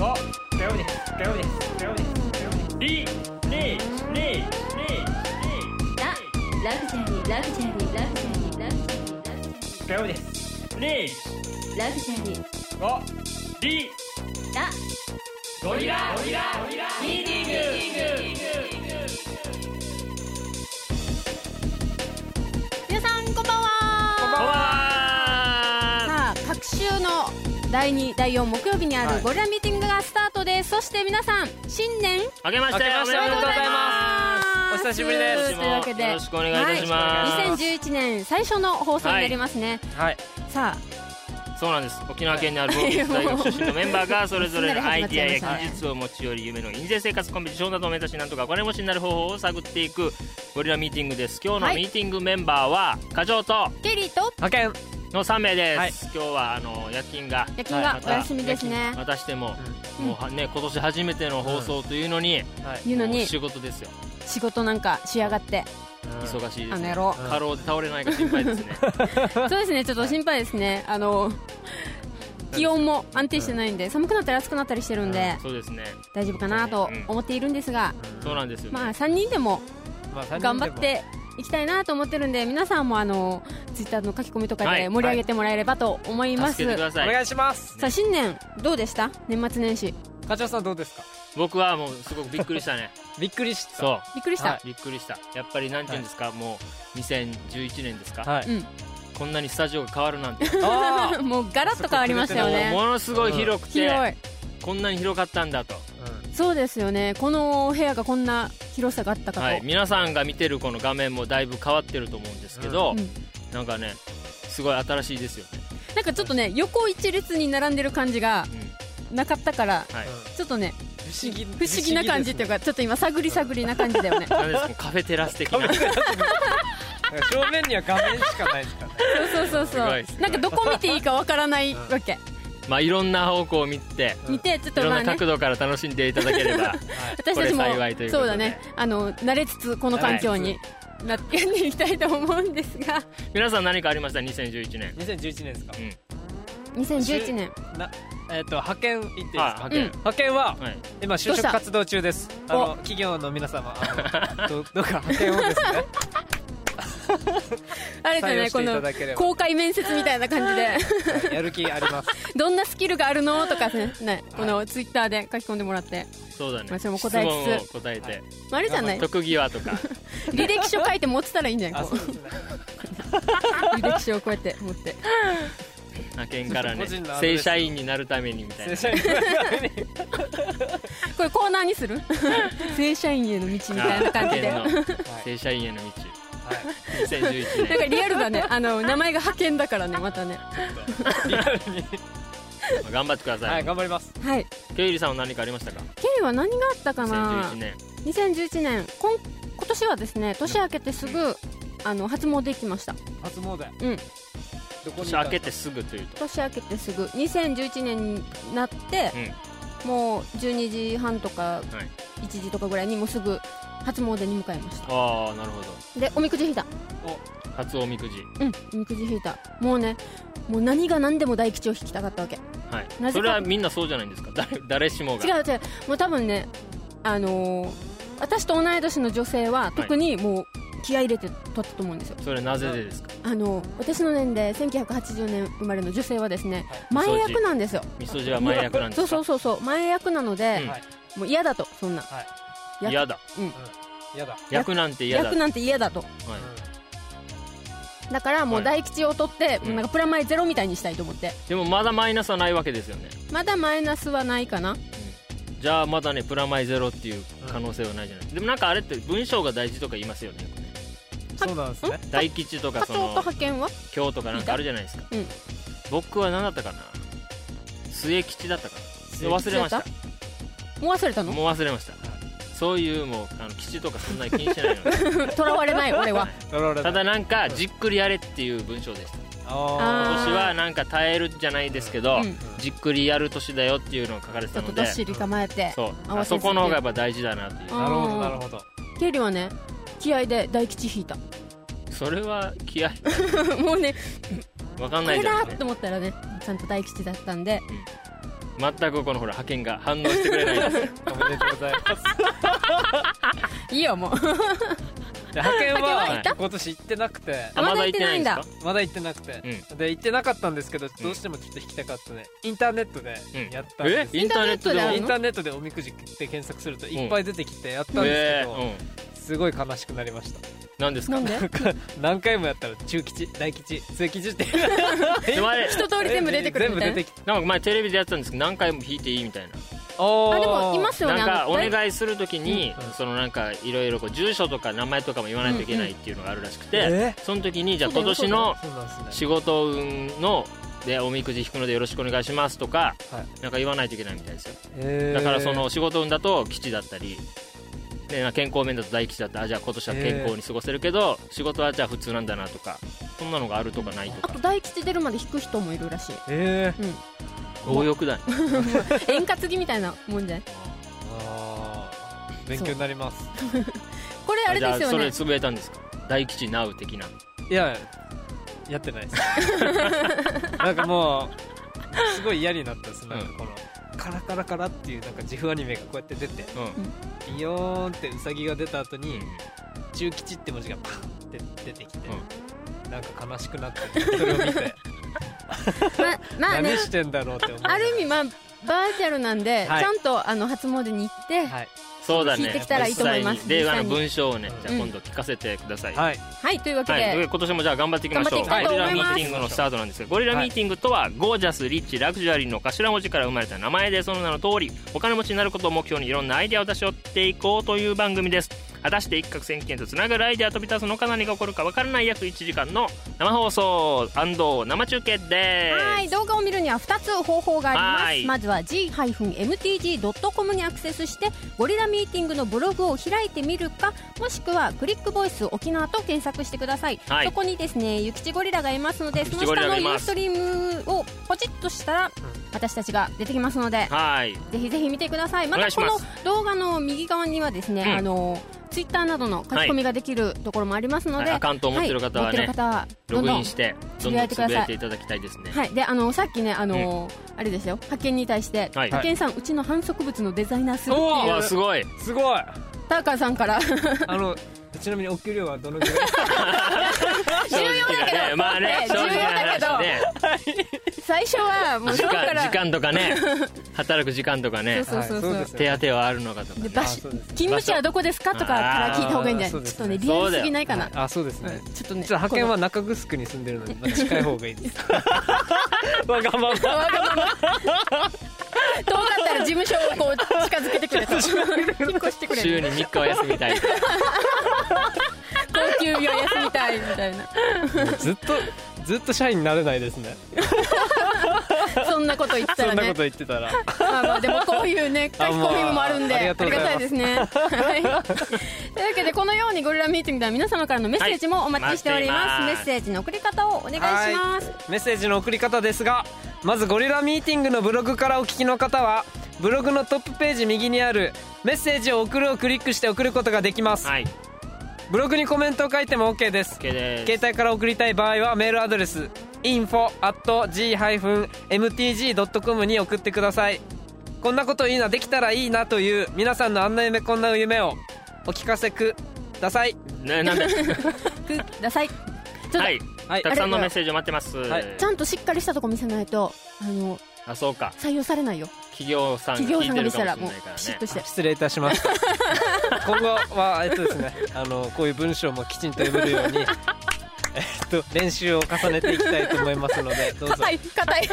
お火曜日です火曜日です火曜日ですリリリリララグジュアリーラグジュアリーラグジュアリーラグジュアリー火曜日ですリラグジュアリーおラリゴリラゴリラゴリラミーティング皆さんこんこばんんばんははさあ各週の第2第4木曜日にあはるいゴリラミーティングがスタートです、そして皆さん新年あけまして明けましておめでとうございますお久しぶりですというわけでよろしくお願いいたしますはい、2011年最初の放送になりますね、はいさそうなんです沖縄県にある某立大学出身のメンバーがそれぞれのアイディアや技術を持ち寄り夢の印税生活コンビネーションなどを目指しなんとかお金持ちになる方法を探っていくゴリラミーティングです今日のはいミーティングメンバーは課長とあケリーと派遣の3名です、はい今日はあの夜勤が夜勤はがいお休みですね、またしても、うんもうはね今年初めての放送というのに、はい言うのもうに仕事ですよ仕事なんかしやがって忙しいであすのね野 郎うん過労で倒れないか心配ですねそうですねちょっと心配ですねあの気温も安定してないんで寒くなったり暑くなったりしてるんでそうですね大丈夫かなと思っているんですが、そうなんですよ、ねまあ3人でもまあ三人でも頑張っていきたいなと思ってるんで皆さんもあのツイッターの書き込みとかはでい盛り上げてもらえればと思います、助けてくだおさい願いしますさあ新年どうでした年末年始課長さんどうですか僕はもうすごくびっくりしたねびっくりしたそうびっくりした、はびっくりしたやっぱりなんていうんですか、もう2011年ですか、はういんこんなにスタジオが変わるなんてもあー もうガラッと変わりましたようねものすごい広くて、広いこんなに広かったんだと、そうですよねこのお部屋がこんな広さがあったかと、はい、皆さんが見てるこの画面もだいぶ変わってると思うんですけど、うんなんかねすごい新しいですよね、なんかちょっとね横一列に並んでる感じがうんなかったからはいうんちょっとね不思議不思議な感じっていうかちょっと今探り探りな感じだよねなんですかカフェテラス的不思な議ですね正面には画面しかないですからねそうそうそうそうすごいすごいなんかどこ見ていいかわからないわけ まあいろんな方向を見て見てちょっいとろんまあなね角度から楽しんでいただければ私たちもこれ幸いということそでうだねあの慣れつつこの環境になっていきたいと思うんですが皆さん何かありました2011年2011年ですか2011年なえっと派遣行っていいですはいか派遣、うん派遣ははい、今就職活動中ですあおの企業の皆 様あのどどうか派遣をですねあれだ採用ねしてこいたのだければ公開面接みたいな感じでやる気あり ます どんなスキルがあるのとかねねこのツイッターで書き込んでもらって、そうだね、まあそれも答えつつ質問を答えて、はいまあ、あれじゃない特技はとか履歴書書いて持ってたらいいんじゃなあいそこうですねう履歴書をこうやって持って派遣からね個人のアドレ正ス社員になるためにみたい な正社員これコーナーにす る正社員への道みたいな感じであなんか派遣の正社員への道2011年リアルだねあの名前が派遣だからねまたねはいリアルにまあ頑張ってくださはいい頑張りますはいケイリさんは何かありましたか K は何があったかな2011年2011年こん今年はですね年明けてすぐあの初詣行きました初詣うんどこに年いた明けてすぐというと年明けてすぐ2011年になって、もう12時半とかはい1時とかぐらいにもうすぐ初詣に向かいましああなるほどたでおみくじ引いた初おみくじうんおみくじ引いたもうねもう何が何でも大吉を引きたかったわけ違はいなぜかそれはみんなそうじゃないんですか誰誰しもがう違うもう多分ねあのー私と同い年の女性は特にもう気合い入れて取ったと思うんですよそれなぜでですかあの私の年齢1980年生まれの女性はですね、はい前役なんですよみそじは前役なんですそうかそうそうそう前役なので、うんはいもう嫌だとそんな役嫌だやだ役なんて嫌だ役なんて嫌だとはいだからもはうい大吉を取って、うんなんかプラマイゼロみたいにしたいと思ってでもまだマイナスはないわけですよねまだマイナスはないかなじゃあまだねプラマイゼロっていう可能性はないじゃないですかでもなんかあれって文章が大事とか言いますよねよくねそうなんですね大吉とか課そ長との派遣は今日とかなんかあるじゃないですか、うん僕は何だったかな末吉だったかな忘れましだたもう忘れたものう忘れましたそういうもうあの吉とかそんなに気にしてないので とらわれ ない俺はロロロただなんかじっくりやれっていう文章でしたあー今年はなんか耐えるじゃないですけど、うんじっくりやる年だよっていうのが書かれてちょたっとのどっでしり構えてそう合わあせすぎてそこの方がやっぱ大事だなっていあなるほどなるほどケイリはね気合で大吉引いた うそれは気合いもうねわかんこないれじゃなだいですと思ったらねちゃんと大吉だったんで、うん全くこのほら派遣が反応してくれない んですよおめでとうござい ますいいよもうで派遣派遣は行はった今年行ってなくてあまだ行ってないんだまだ行まだ行ってなくて、で行ってなかったんですけどどうしてもちょっと引きたかったねインターネットでうんやったんえです、インターネットインターでネットであるインのターネットでおみくじって検索するといっぱい出てきてやったんでえすけど、ーうんすごい悲しくなりました何ですなかん でなんか何回もやったら中吉大吉末吉ってでもあれ一通り全部出てくる全み部た出いなてきてなんか前テレビでやってたんですけど何回も弾いていいみたいなあでもいますよねなんかおあの願いするときに、うんそのなんかいろいろこう住所とか名前とかも言わないといけないっていうのがあるらしくて、うんうんえその時にじゃあそう今だよ年のそうなんですね仕事運のでおみくじ引くのでよろしくお願いしますとか、はなんか言わないといけないみたいですよえーだからその仕事運だと吉だったりでなんか健康面だと大吉だったあじゃあ今年は健康に過ごせるけど、仕事はじゃあ普通なんだなとかそんなのがあるとかないとあかと大吉出るまで引く人もいるらしい、えーうん、強欲だね円滑着みたいなもんじゃないあー勉強になりますこ れあれじゃであすよそれね潰れたんですか大吉ナウ的ないややって ないですなんかもうすごい嫌になったですなんかこの、カラカラカラっていうなんか自負アニメがこうやって出てうんビヨーンってウサギが出た後うにん「中吉」って文字がパンって出てきて、うなんか悲しくなってそれを見て ままあ何ねしてんだろうって思うある意味まあバーチャルなんで、はいちゃんとあの初詣に行って、はい、はい、そうだね聞いてきたらいいと思います実際に令和の実際に文章をねじゃあうん今度聞かせてください、はい、というわけはい、で、ということで今年もじゃあ頑張っていきましょ頑張っていうきたいと思いますゴリラミーティングのスタートなんですがゴリラミーティングとは、ゴージャスリッチラグジュアリーの頭文字から生まれた名前でその名の通りお金持ちになることを目標にいろんなアイデアを出し寄っていこうという番組です果たして一攫千金とつながるアイデア飛び出すのか何が起こるかわからない約1時間の生放送生中継ですはい動画を見るには2つ方法があはりいますまずは g-mtg.com にアクセスしてゴリラミーティングのブログを開いてみるかもしくはクリックボイス沖縄と検索してください、はいそこにですねゆきちゴリラがいますのでそのゆきちゴリ下ラのがいユーまスすトリームをポチッとしたら私たちが出てきますのではいぜひぜひ見てくださいまお願たいしこますの動画の右側にはですね、うんあのツイッターなどの書き込みができるところもありますので、はいアカウントを持ってる方はいね持ってる方はどんログどイんンしてどどんんどどんんつつぶぶやいやいててくいただきたいですね、はい、であのさっきね、あのーあれですよ派遣に対して、はい派遣さんうちの反則物のデザイナーするっておういわうすごいすご いターカーさん からあのちなみにお給料はどのぐらい重要だ けど、ねまあねね、重正要直なだけど話ね最初はもう時そこか間ら時間と かね働く時間とかねそうそうそうはいですよ手当はあるのかとかでね場あ所そうですね勤務地はどこですかとかから聞いた方がいいんじゃあーそなういちでょっすとねリアねルすぎないかな、あそうですね、ちょっとねちょっと派遣は中城に住んでるので、まあ、近い方がいいですわがままわがまま遠かったら事務所をこう近づけてくれと 引っ越してくれ週とに3日は休みたい高級病休みたいみたいなずっとずっと社員になれないですね そんなこと言ったそらんなねこと言ってたらまあまあでもこういうね書きあもう込みもあるんであありりががとうございますたいですね。はいというわけでこのようにゴリラミーティングでは皆様からのメッセージもお待ちしております。はいメ待ッってセージの送り方 をお願いします。メッセージの送り方ですがまずゴリラミーティングのブログからお聞きの方はブログのトップページ右にある「メッセージを送る」をクリックして送ることができます、はいブログにコメントを書いても OK です、 OK です携帯から送りたい場合はメールアドレス info.g-mtg.com に送ってくださいこんなこといいなできたらいいなという皆さんのあんな夢こんな夢をお聞かせくださいね なんでください。ちょっと、はいはいたくさんのメッセージを待ってます、はいちゃんとしっかりしたとこ見せないとあのあそうか採用されないよ。企業さん企が業聞さいんてが見せたるかもしらもれないうからピシねッとして。失礼いた しました今後はえっとですねあのこういう文章もきちんと読めるようにえっと練習を重ねていきたいと思いますのでどうぞ硬い硬い。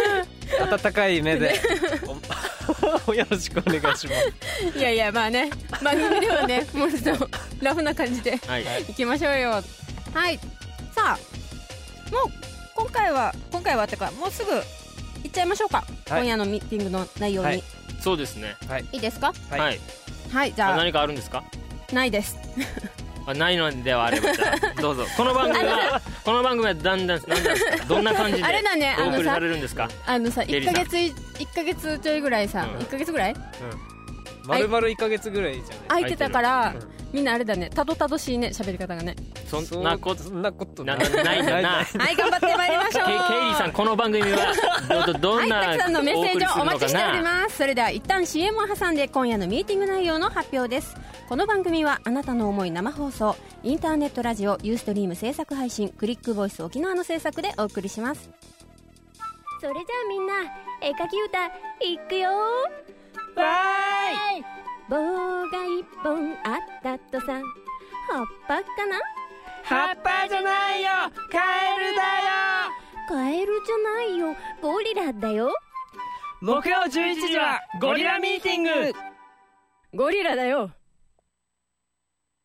温かい目 でおよろしくお願いします いやいやまあね番組ではねもうちょっとラフな感じで。はい行きましょうよはいさあもう今回は今回はってかもうすぐ行っちゃいましょうか、はい今夜のミーティングの内容に、、はいいいそうですねですかははいい、はいじあゃあ何かあるんですかないですあないのではあればじゃ あどうぞこの番組はこの番組はだんだんなんですかどんな感じで あれだねあおの送りさされるんですかあのさゲ1リヶさん月い一ヶ月ちょいぐらいさ、うん一ヶ月ぐらい丸々1ヶ月ぐらいじゃない空いてたから、うんみんなあれだねたどたどしいね喋り方 がねそんなことそんなことななないんだなはい頑張ってまいりましょうケイケイリーさんこの番組 はどどどはんい、なたくさんのメッセージをお待ちしておりすますそれでは一旦 CM を挟んで今夜のミーティング内容の発表ですこの番組はあなたの思い生放送インターネットラジオユーストリーム制作配信クリックボイス沖縄の制作でお送りしますそれじゃあみんな絵描き歌いくよわーい棒が一本あったとさ葉っぱかな葉っぱじゃないよカエルだカエルじゃないよゴリラだよよ木曜11時はゴリラミーティングゴリラだよ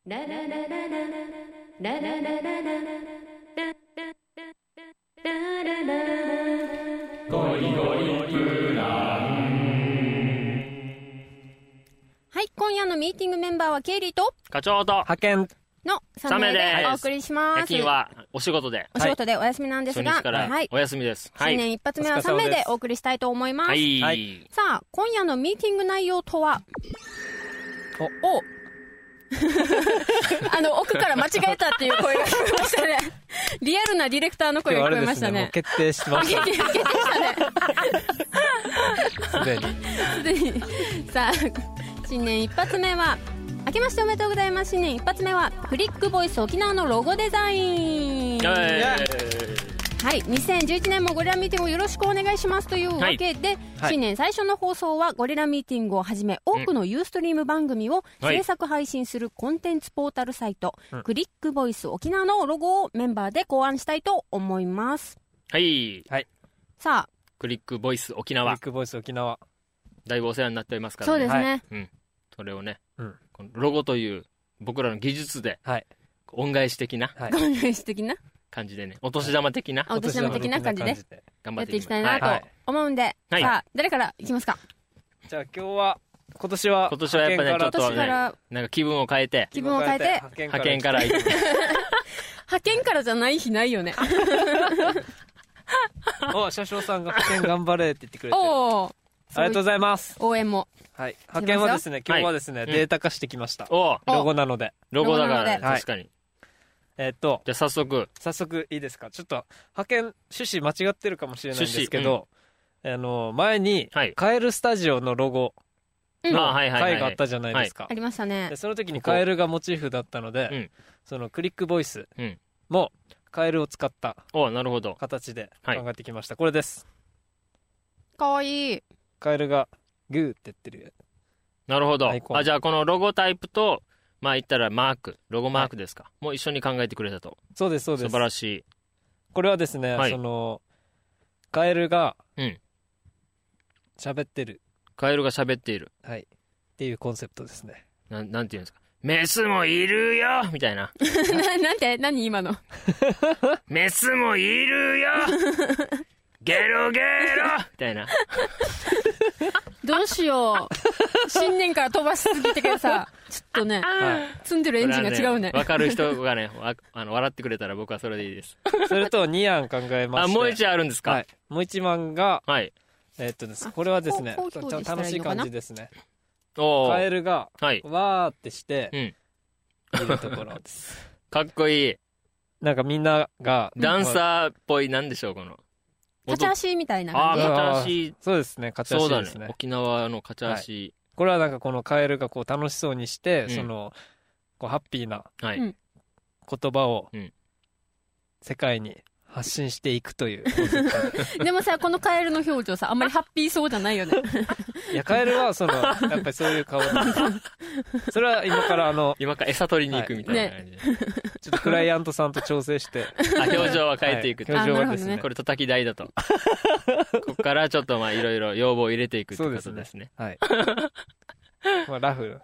ラララララララララララララララララはい今夜のミーティングメンバーはケイリーと課長と派遣の3名三名でですお送りします夜勤はお仕事でお仕事でお休みなんです初が、日からはいお休みですは新い年一発目はお疲3れ様名ですでお送りしたいと思います、はい、はさあ今夜のミーティング内容とはおあの奥から間違えたっていう声が聞こえましたねリアルなディレクターの声が今日聞こあれえでますしねたもうね決定してましあ決定決定したねたすでに すでにさあ新年一発目は明けましておめでとうございます新年一発目はクリックボイス沖縄のロゴデザインイエーイはい、2011年もゴリラミーティングをよろしくお願いしますというわけで、はい新年最初の放送はゴリラミーティングをはじめ多くのユーストリーム番組をはい制作配信するコンテンツポータルサイト、クリックボイス沖縄のロゴをメンバーで考案したいと思います。はいさクリックボイス沖ビ縄ッグボイス沖縄だいぶお世話になっておりますあ、からそうねですね。うん、それをね、うんこのロゴという僕らの技術ではい恩返し的なはいごめんなさい的な、感じでねお年玉的なあお年玉的な感じで頑張やっってていいききまたいすはいなはとい思うんで、はいさあ、誰からいきますかじゃあ今日は今年は今年はやっぱね派遣ちょっとかは今ね年からなんか気分を変えて気分を変えて、派派遣から行 って派遣からじゃない日ないよね。お車掌さんが派遣頑張れって言ってくれてあおおりがとうございます応援も。はい派遣はですまね今すよ日はですねいうんデータ化してきましたおうロゴなのでロゴだからねロゴなので確かに、えっとじゃあ早速早速いいですかちょっと派遣趣旨間違ってるかもしれないんですけど、あの前に、はいカエルスタジオのロゴうんあはいはいはい回があったじゃないですか、ありましたねで。その時にカエルがモチーフだったので、うんそのクリックボイスうんもカエルを使ったおうなるほど形で考はいえてきました、これですかわいい。カエルがグーって言ってるなるほどアイコンあじゃあこのロゴタイプとまあ言ったらマークロゴマークですか、もう一緒に考えてくれたとそうですそうで素す晴らしいこれはですね、はいそのカエルがうん喋ってる、カエルが喋っているはいっていうコンセプトですねなんなんていうんですかメスもいるよみたいなななんて何今のメスもいるよゲロゲロみたいなどうしよう。新年から飛ばしすぎてからさ、ちょっとね、は積んでるエンジンが違うねこれは。わかる人がねわあの笑ってくれたら僕はそれでいいですい、それと2案考えましあてもう一あるんですかははいい、もう一番が、はい、えーっとです、これはですね、こうちこうょっと楽しい感じですね。おカエールが、はいわーってして、うんいるところです。かっこいいなんかみんなが、ダンー。サーっぽいなんでしょうこの立ち足みたいなあ感あじ。片足そうですね、勝ちそうだ足ねですね。沖縄の勝ち足これはなんかこのカエルがこう楽しそうにして、うんその、こうハッピーなはい、うん言葉をうん、世界に発信していく というコンセプトで。でもさ、このカエルの表情さ、あんまりハッピーそうじゃないよね。いや、カエルはその、やっぱりそうい う顔なんですそれは今からあの、今から餌取りに行くみたいな感じで、ちょっとクライアントさんと調整して、あ表情は変えていくと、は表情あなるほはでどすねね、これ叩き 台だとここからちょっとまあいろいろ要望を入れていくってことですねはい。まあ、ラフ。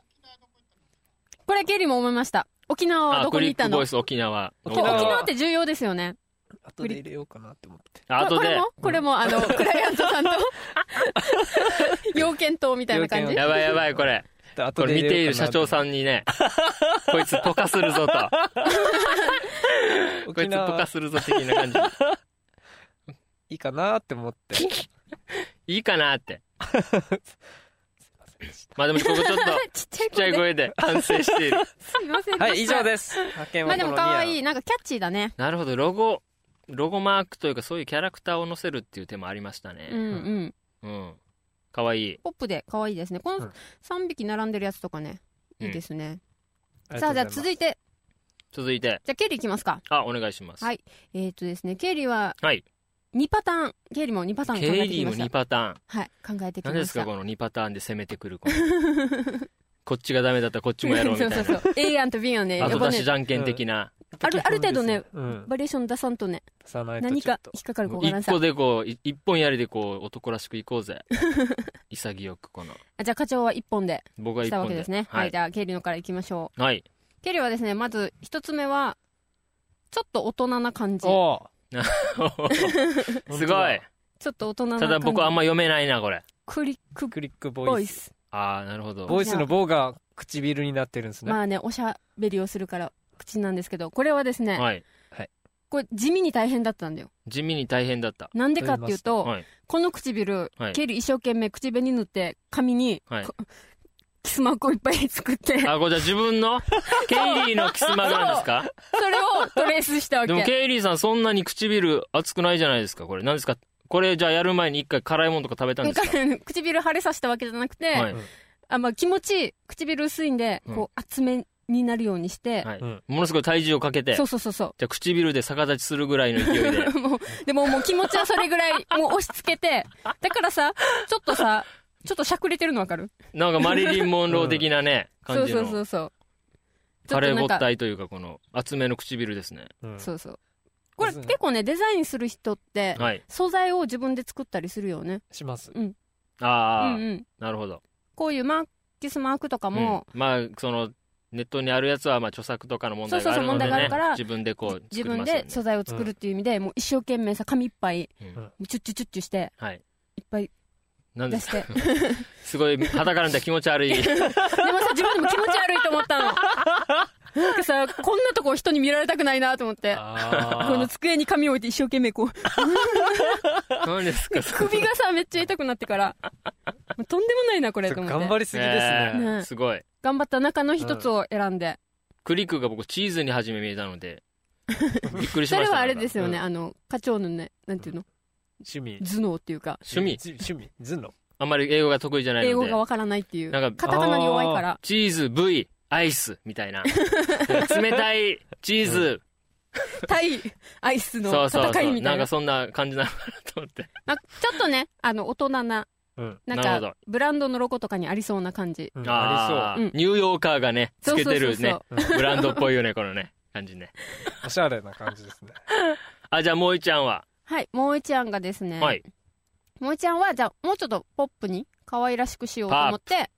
これ、ケリーも思いました。沖縄はあどこクに行っリッたプボのイス沖縄沖沖縄縄って重要ですよね。後で入れようかなって思って。あとこれでもこれも、あの、クライアント さんと、要件とみたいな感じ要件。やばいやばいこれで後こでれ見入れていようるかな社長さん にねこいつポカするぞとこい沖つポカ縄するぞ的な感じいいかなって思って。 いいかなってまあでもここちょっとちっちっちゃい声で反省して いる。すいません。はい、以上です。派遣まはあでこもの可愛い。い。なんかキャッチーだね。なるほど、ロゴ、ロゴマークというかそういうキャラクターを載せるっていう手もありましたね。うんうん。うん。かわいい。ポップで可愛いですね。こうのん3匹並んでるやつとかね。うんいいですね。りさがとうございますあじゃあ続いて、続いて、じゃあケリーいきますか。あ、お願いします。はいえっ、とですね、ケリーははい。 2パターン。ケリーも2パターン考ケえてリきーまもした2。パターン。はい、考えてきました。何ですか、この2パターンで攻めて くる、このこっちがダメだったらこっちもやろうみたいな。そうそうそう。A 案と B 案ね。やっ後ぱ出しねじ、ゃんけん的な。あるある程度ねうん。バリエーション出さんとね、さないと何ちょかっと引っかかる子がな一さい歩。でこう、い一本やりでこう、男らしくいこうぜ。 潔く、この。あじゃあ課長は1本で僕はし一たわ本けで。ですね。はい、はいじ。ゃあケリーのからいきましょはい。 う。ケリーはですね、まず1つ目は、ちょっと大人な感じ。ちょおーすごい。っと大人な感たじ。だ僕あんま読めないな、これ。クリッククリックボボイイス。ス。あー、なるほど。ボイスの棒が唇になってるんですね。まあね、おしゃべりをするから口なんですけど、これはですね、はい。これ地味に大変だったんだよ。地味に大変だった。なんでかっていうと、はい。この唇、はいケリー一生懸命口紅塗って、紙に、はいこキスマークをいっぱ い作って、あ、これじゃあ自分のケイリーのキスマなんですかそれをトレースしたわでもけ。ケイリーさんそんなに唇熱くないじゃないですか、これ。何ですかこれじゃあやる前に一回辛いものとか食べたんですか唇腫れさせたわけじゃなくて、はい。あまあ、気持ち、唇薄いんで、うんこう厚めになるようにして、はいうんものすごい体重をかけて、じそゃうそうそうそあ唇で逆立ちするぐらいの勢 いで。う。もう、でももう気持ちはそれぐら い、もう押し付けて、だからさ、ちょっとさ、ちょっとしゃくれてるのわかるなんかマリリン・モンロー的なね、そ感うじそうそのうそう。カレーぼっちょっとなんかたいというか、この厚めの唇ですね。うんそうそう。これそうですね結構ね、デザインする人って、はい。素材を自分で作ったりするよね。します。あうんあ、うん。なるほど。こういうマーキスマークとかうんも、まあ、その、ネットにあるやつは、まあ、著作とかの問題があるのそうそうそうで問題があねるから、自分でこう、自作り分ますよでね。素材を作るっていう意味で、もう一生懸命さ、紙いっぱい、うんチュッチュチュッチュして、はい。いっぱいなんで出すしてでもすごい、裸なんだ気持 ち悪い。さ自分でも気持ち悪いと思った のなんかさこんなとこ人に見られたくないなと思ってあこのー机に紙置いて一生懸命 こう何ですか、首がさめっちゃ痛くなってからもうとんでもないなこれちとょっ思とって頑張頑張りすぎですね。えねすごい。った中の一つを選んで、クリックが僕、チーズに初め見えたので、 びっくりしそました。れはあれですよ。よね、うんあの課長のねなんていうの趣味。頭脳っていうか趣味趣味頭脳。あんまり英語が得意じゃない英の語でが、わからないっていうなカんかタカナに弱いからチーズ、V、アイス、みたいな。冷たい、チーズ、対アイスそのうそうそ。戦いうみたないんなかそんな感じなのかなと思って。なんかちょっとねあの大人なうん。なんなるほどかブランドのロゴとかにありそうな感じうんあああうんニューヨーカーがね、つけてるね、りそう。うんブランドっぽいよね、このね、感じね。おしゃれな感じですね。あ、じゃあ、もういちゃんは、はい、もう一案がですね、はい。もう一案はじゃあもうちょっとポップに可愛らしくしようと思って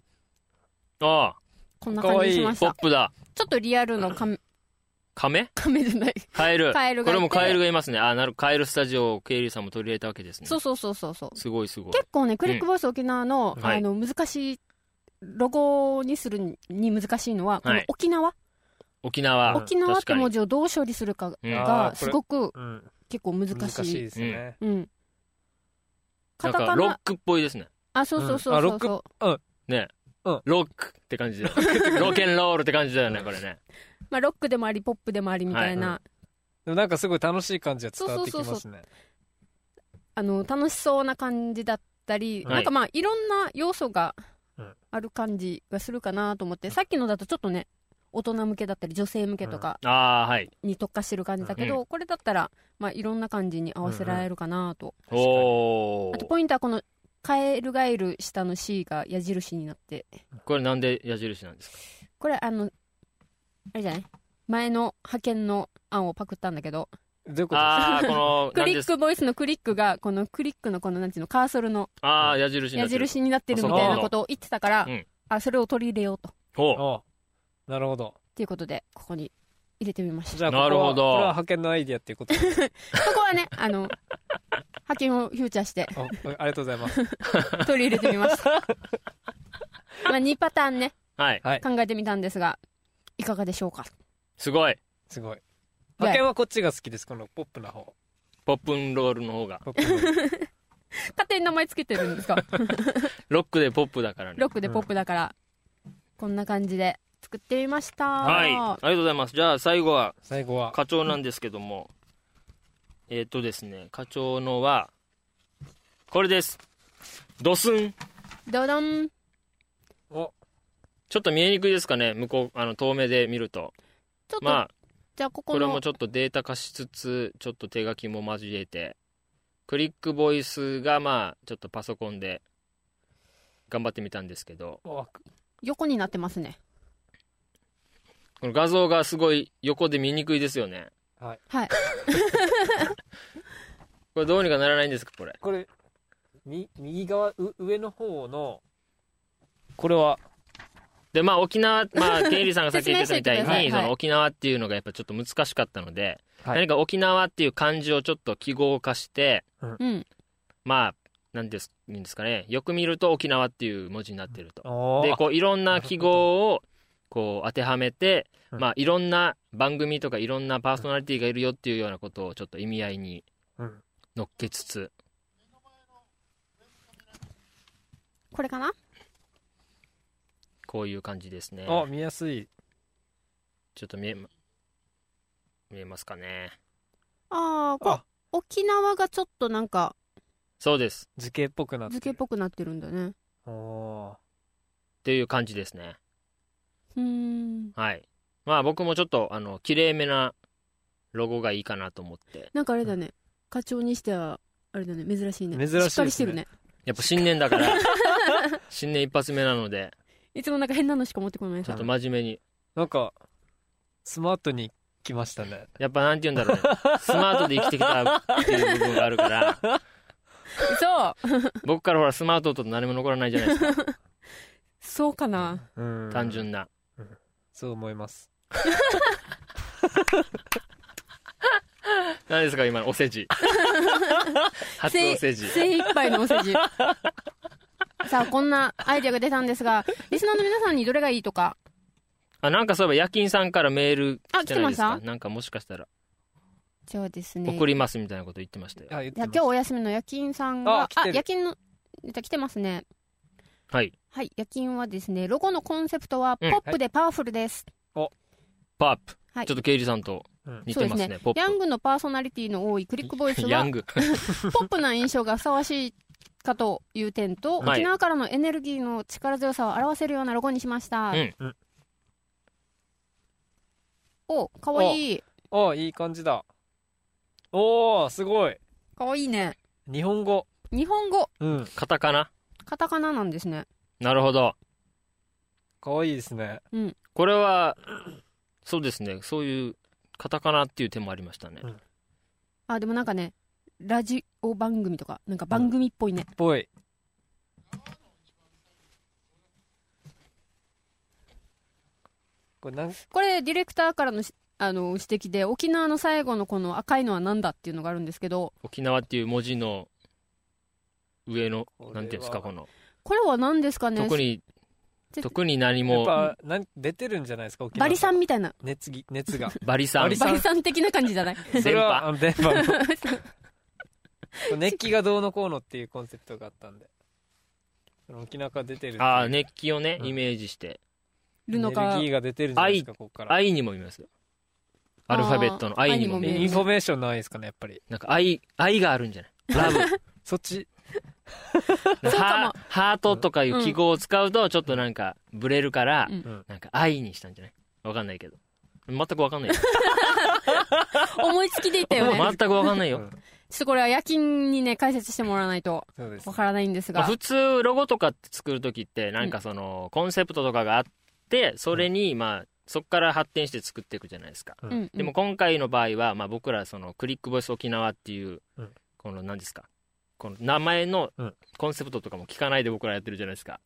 あこんな感じにしまあ、しポたップだ。ちょっとリアルのカメカメカメじゃない カエル。カエルがこいれてもカエルがいますね。あ、なるカエルスタジオをケイリーさんも取り入れたわけですね。そうそうそうそうそうすごいすごい。結構ねクリックボイス沖縄の,、うんはいあの難しいロゴにするに難しいのは、こはのい沖縄、沖縄。うん沖縄っ確かてに文字をどう処理するかうんあーこがれすごくうん。結構難しい難しいですね。うんなカんタかカロッナクっぽいですね。あそうそうそううんあロそッうクそう、ね。うんロックっ て感じで。ロケンロールって感じだよね、これね。まあ、ロックでもありポップでもありみたいな、はでもなんかすごい楽しい感じが伝わってきそうまそうすね。あの楽しそうな感じだったり、はいなんかまあいろんな要素がうんある感じがするかなと思って、さっきのだとちょっとね大人向けだったり女性向けとかああ、はい。に特化してる感じだけど、うこれだったら、まあ、いろんな感じに合わせられるかなと、おあとー。ポイントはこの「カエルガエル」下の C が矢印になってこれなんで矢印なんですかこれあのあれじゃない前の派遣の案をパクったんだけどどういうことですかああ、この、ク何リでッすかクボイスのクリックがこのクリックのこのなんていうのカーソルのああ、矢印にな矢ってる。印になってるみたいなことを言ってたから、うんあそれを取り入れようとっほおうなるほど。ていうことでここに入れてみまし じたゃあここなは、るほどこれは派遣のアイディアっていうことでここはねあの派遣をフューチャーしておありがとうございます。取り入れてみました まあ2パターンねう。はい。はい。考えてみたんですがいかがでしょうかすごい。すごい。派遣はこっちが好きです。このポップな 方。ポップンロールの方が。ポップな方 勝手に名前つけてるんですかロックでポップだからねロックでポップだから、こんな感じで作ってみましたはいありがとうございますじゃあ最後は最後は課長なんですけども、えっ、とですね課長のはこれですドスンドドンおちょっと見えにくいですかね向こうあの遠目で見るとちょっと、まあじゃあこここれのもちょっとデータ化しつつちょっと手書きも交えてクリックボイスがまあちょっとパソコンで頑張ってみたんですけどお横になってますねこの画像がすごい横で見にくいですよねはいこれどうにかならないんですかこれこれみ右側う上の方のこれはでまあ沖縄 まあケイリーさんがさっき言ってたみたい説明してにくださいはいその沖縄っていうのがやっぱちょっと難しかったので、はい何か沖縄っていう漢字をちょっと記号化してうんまあなんです言うんですかねよく見ると沖縄っていう文字になってるとおでこういろんな記号をこう当てはめて、うんまあいろんな番組とかいろんなパーソナリティがいるよっていうようなことをちょっと意味合いにうん乗っけつつこれかなこういう感じですねあ見やすいちょっと見えま見えますかねあーこあ沖縄がちょっとなんかそうです図形っぽくなって漬けっぽくなってるんだねくおっていう感じですねうーんはいまあ僕もちょっとあの綺麗めなロゴがいいかなと思ってなんかあれだね課長にしてはあれだね珍しいね珍しいですねしっかりしてるねやっぱ新年だから新年一発目なのでいつもなんか変なのしか持ってこないちょさっと真面目になんかスマートに来ましたねやっぱなんて言うんだろうねスマートで生きてきたっていう部分があるからそう僕からほらスマートと何も残らないじゃないですかそうかなうん単純なそう思います何ですか今のお 世辞初お世辞精一杯のお世辞 さあこんなアイデアが出たんですがリスナーの皆さんにどれがいいとかあなんかそういえば夜勤さんからメールあじゃないで来すてかまなんかもしかしたらそうですね送りますみたいなこと言ってましたよあ言ってじゃあま今日すお休みの夜勤さんがあ来てる夜勤のじゃあ来てますねはいはい夜勤はですねロゴのコンセプトはポうんップでパワフルです、パープ、はいちょっとケイリさんと似てますね,、そうでポップヤングのパーソナリティの多いクリックボイス ヤはングポップな印象がふさわしいかという点と、はい沖縄からのエネルギーの力強さを表せるようなロゴにしました、うんうんおかわいいあいい感じだおおすごいかわいいね日本語日本語うんカタカナカタカナなんですねなるほどかわいいですねこれはそうですねそういうカタカナっていう手もありましたね、うんあでもなんかねラジオ番組とかなんか番組っぽいね、ぽいこれなんこれディレクターからのしあの指摘で沖縄の最後のこの赤いのは何だっていうのがあるんですけど沖縄っていう文字の上のこれはなんていうんですかこのこれは何ですかね特に絶特に何やっもぱなん出てるんじゃないですか沖縄バリさんみたいな熱ぎ 熱がバリさんバリさバリさん的な感じじゃないそれはあの 電波のこそうう熱気がどうのこうのっていうコンセプトがあったんでその沖縄から出てるっていうああ熱気をねうんイメージして、るのエネかルギーが出てるじゃないですかここから愛にも見えますよアルファベットの愛にも見え愛にも見えるるインフォメーションないですかねやっぱりなんか愛愛があるんじゃないラブそっちハハートとかいう記号を使うとちょっとなんかブレるから、うんうんなんか愛にしたんじゃないわかんないけど全くわかんないよ思いつきで言った よね全くわかんないよ、うんちょっとこれは夜勤にね解説してもらわないとそうですわからないんですまあが普通ロゴとかって作る時ってなんかそのコンセプトとかがあってそれにまあそこから発展して作っていくじゃないですかうんうんでも今回の場合は、まあ、僕らそのクリックボイス沖縄っていう、うんこの何ですかこの名前のうんコンセプトとかも聞かないで僕らやってるじゃないですか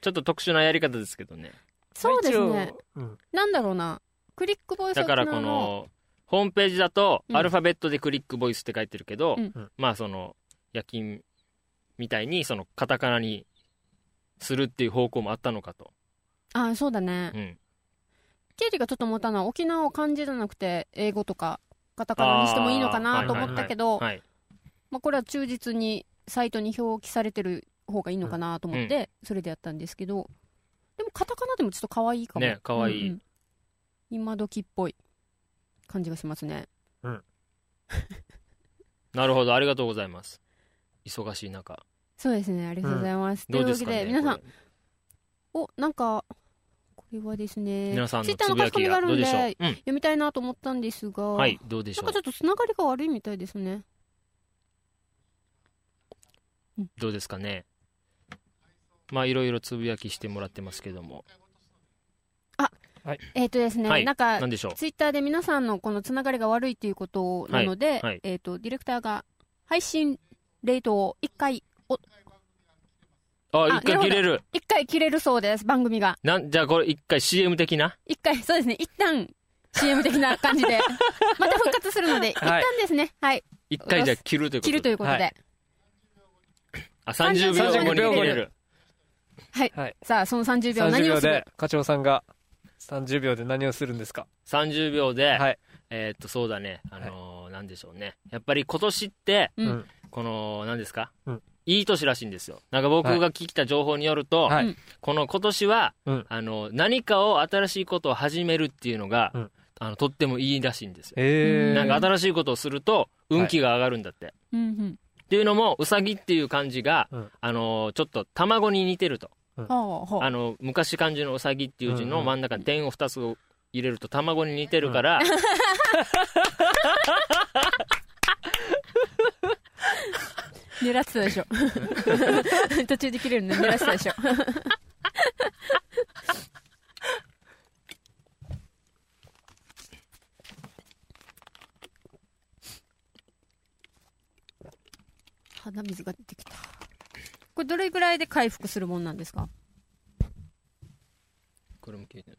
ちょっと特殊なやり方ですけどねそうですまあ一ね応うんなんだろうなクリックボイスだ沖か縄らこのホームページだとうんアルファベットでクリックボイスって書いてるけど、うんうんまあその夜勤みたいにそのカタカナにするっていう方向もあったのかと、あそうだねうん、ケイリがちょっと思ったのは沖縄を漢字じゃなくて英語とかカタカナにしてもいいのかなと思ったけどはいまあこれは忠実にサイトに表記されてる方がいいのかなと思って、それでやったんですけど、でもカタカナでもちょっと可愛いかも。ね可愛いうんうん今時っぽい感じがしますね。なるほどありがとうございます忙しい中そうですね、ありがとうございます。どうですとかいうわねけで、皆さんこ、れお、なんか、これはですね、皆さんツイのッターつのぶ書やき込きみがあがるどうんで、でしょう読うんみたいなと思ったんですが、はいどうでしなんょかうちょっとつながりが悪いみたいですね。どうですかねまあいろいろつぶやきしてもらってますけどもえっ、とですね、はいなんか、何でしょうツイッターで皆さんのこのつながりが悪いということなので、いはいえっ、と、ディレクターが配信レートを一回、ああ一回切れる一回切れるそうです、番組が。なんじゃあこれ一回 CM 的な一回、そうですね、一旦 CM 的な感じ で、また復活するので、一はい旦ですね、はい、一回じゃあ切るということ切るということで。はあ30秒後に30秒後切にれるさあ、その30秒30何を秒するで課長さんが30秒で何をするんですか30秒で、はいえーっとそうだねあのーなんでしょうねやっぱり今年って、うんこの何ですか、うんいい年らしいんですよなんか僕が聞いた情報によると、はいこの今年は、うんあの何かを新しいことを始めるっていうのが、うんあのとってもいいらしいんですよ、えなんか新しいことをすると運気が上がるんだって、うんっていうのもうさぎっていう漢字が、うんあのーちょっと卵に似てるとうん。はあ、はあ。あの昔漢字のうさぎっていう字うんのうん真ん中に点を2つを入れると卵に似てるから、狙ってたでしょ。 途中で切れるの狙ってたでしょ。鼻水が出てきた。これどれぐらいで回復するもんなんですかこれも消えてる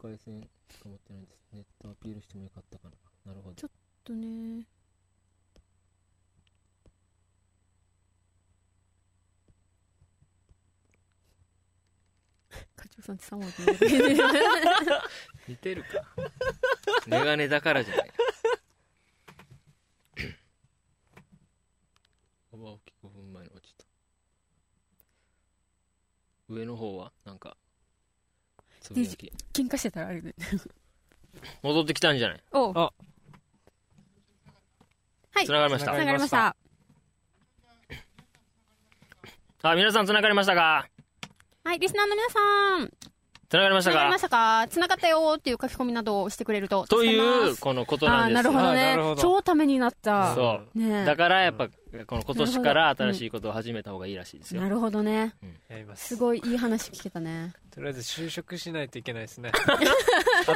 回線しか持ってないんですネットアピールしてもよかったかななるほどと ね課長さんって3枠の似てるかメガネだからじゃないおばおき5分前に落ちた上の方はなんかつぶやき喧嘩してたらあれで戻ってきたんじゃない おうあはい繋がりましつなたがりましたあ皆さん繋がりましたかはいリスナーの皆さん繋がりましつたながりかましたかつながったよーっていう書き込みなどをしてくれるとと助かりいまうすこのことあなあんでなするほどあーねなるほど超ためになったそうねえだからやっぱこの今年から新しいことを始めた方がいいらしいですよなるほどねやりますすごいいい話聞けたねとりあえず就職しないといけないです ね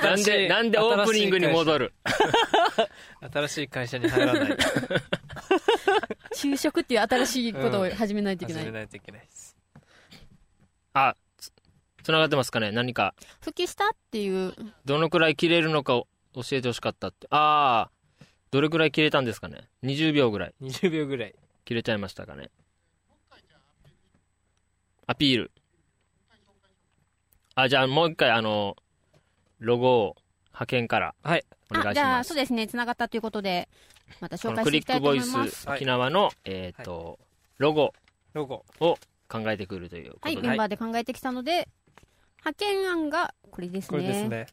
なんでなんでオープニングに戻るる新しい会社に入らない就職っていう新しいことを始めないといけない、始めないといけないですあつつながってますかね何か復帰したっていうどのくらい切れるのかを教えてほしかったってああどれくらい切れたんですかね20秒ぐらい20秒ぐらい切れちゃいましたかねアピールあじゃあもう一回あのロゴを派遣からはいお願あいじしゃあまそすうですねつながったということでまたこ紹介しのてクリいきッたクいとボ思イいスます沖縄の、えっ、と、ロゴロゴを考えてくるというこはいとで、メンバーで考えてきたので派遣案がこれですこれですねね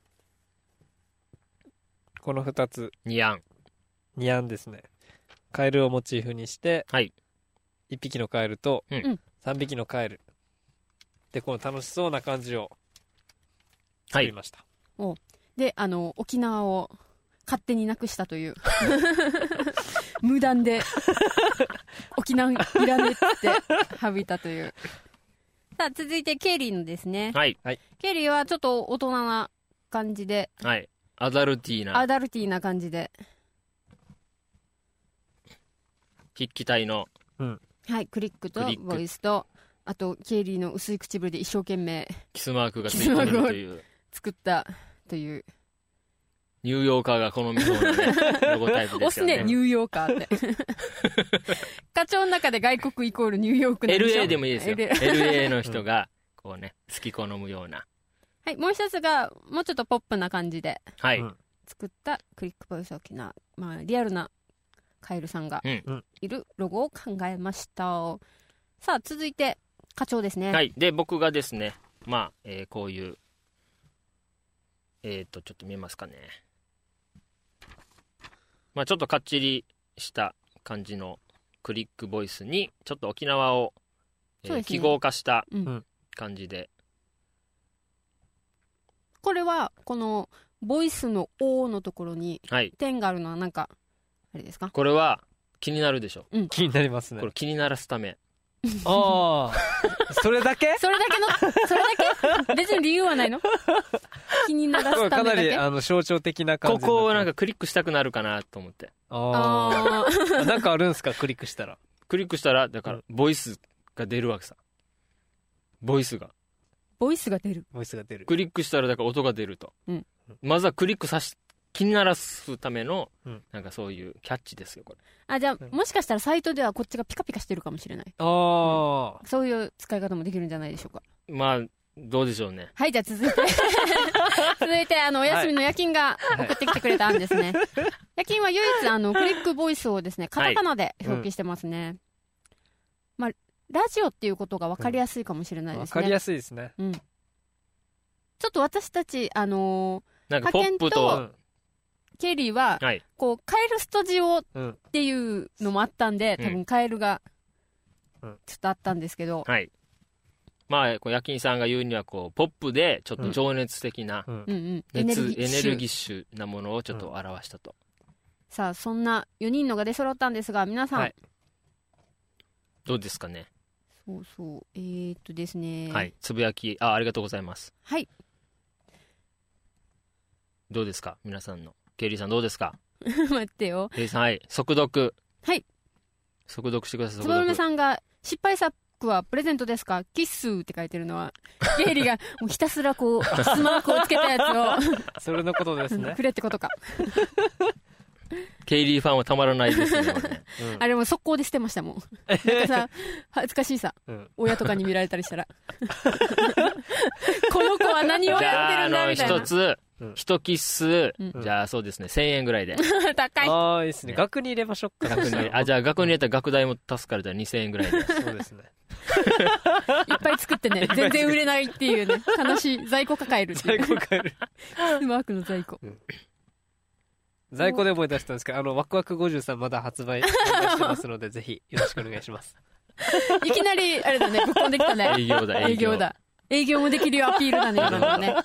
この2つニアンニャンですねカエルをモチーフにして、はい1匹のカエルとうん3匹のカエルでこの楽しそうな感じをは作りいました、であの沖縄を勝手になくしたという 無断 で沖縄いらねって 省いたというさあ続いてケイリーのですねはいケイリーはちょっと大人な感じではいアダルティーなアダルティーな感じで筆記体のはい、クリックとクリックボイスと、あと、ケイリーの薄い唇で一生懸命キスマークがついているという作ったという。ニューヨーカーが好みそうな、ね、ロゴタイプ押ですすよね、ねニューヨーカーって。 課長の中で外国イコールニューヨークなんしょ LA でもいいですよ LA LA の人がこうね好き好むようなはい、もう一つが、もうちょっとポップな感じではい、うん作ったクリックボイス沖縄。まあ、リアルなカエルさんがうんうんいるロゴを考えました、さあ続いて課長ですね、はい、で僕がですねまあ、えーこういうえっ、とちょっと見えますかねまあちょっとかっちりした感じのクリックボイスにちょっと沖縄を、えーそうですね記号化したうんうん感じで、これはこのボイスの「O」のところにはい点があるのはなんかあれですかこれは気になるでしょ気になりますねこれ気にならすためああ それだけそれだけのそれだけ別に理由はないの気にならこれすたかめなだりけあの象徴的な感こじこをなんかかクリックしたくなるかなと思ってああーあなんかあるんすかクリックしたらクリックしたらだからボイスが出るわけさボイスがボイスが出るボイスが出 るクリックしたらだから音が出ると、うんまずはクリックさし気にならすための、うんなんかそういうキャッチですよこれあじゃうんあもしかしたらサイトではこっちがピカピカしてるかもしれないああそういう使い方もできるんじゃないでしょうかまあどうでしょうねはいじゃあ続い て続いてあのお休みの夜勤がい送ってきてくれたんですね、夜勤は唯一あのクリックボイスをですねカタカナで表記してますね、まあラジオっていうことが分かりやすいかもしれないわですかね、りやすいですねうん、ちょっと私たちあのなんかポップとう派んーケリーははいこうカエルスタジオっうんていうのもあったんでうん多分カエルがちうょんっとあったんですけど、はいまあこう夜勤さんが言うにはこうポップでちょっと情熱的なうんうんうん、熱、エッシュネルギッシュなものをちょっと表したと、さあそんな4人のが出揃ったんですが皆さん、はいどうですかね、そうそうえー、っとですねはいつぶやきあありがとうございますはい どうですか皆さんのケイリーさんどうですか待ってよケイリーさんはい速読はい速読してくださつい速ばめ読さんが「失敗作はプレゼントですかキッスー」って書いてるのは ゲイリーがもうひたすら こうキスマークをつけたやつをそれのことですね くれってことかケイリーファンはたまらないですねこれね あれもう速攻で捨てましたもん なんかさ恥ずかしいさうんうん親とかに見られたりしたら この子は何をじやっゃあ、てあるんだの、みたい一なつうん、一キッスう、んじゃあそうですね、1000円ぐらいで。 高いああいいですね額に入れましょうか額に入れあ、じゃあ、額に入れたら額代も助かるじゃあ2000円ぐら いで。そうですねいっぱい作ってね全然売れないっていうね悲しい在庫抱えるっていう在庫買え るキスマークの在庫在庫で思い出したんですけどあのワクワク53まだ発売してます のでぜひよろしくお願いしますいきなりあれだねぶっ込んできたね営業だ、営業。だ営業もできるよアピールだね今のはね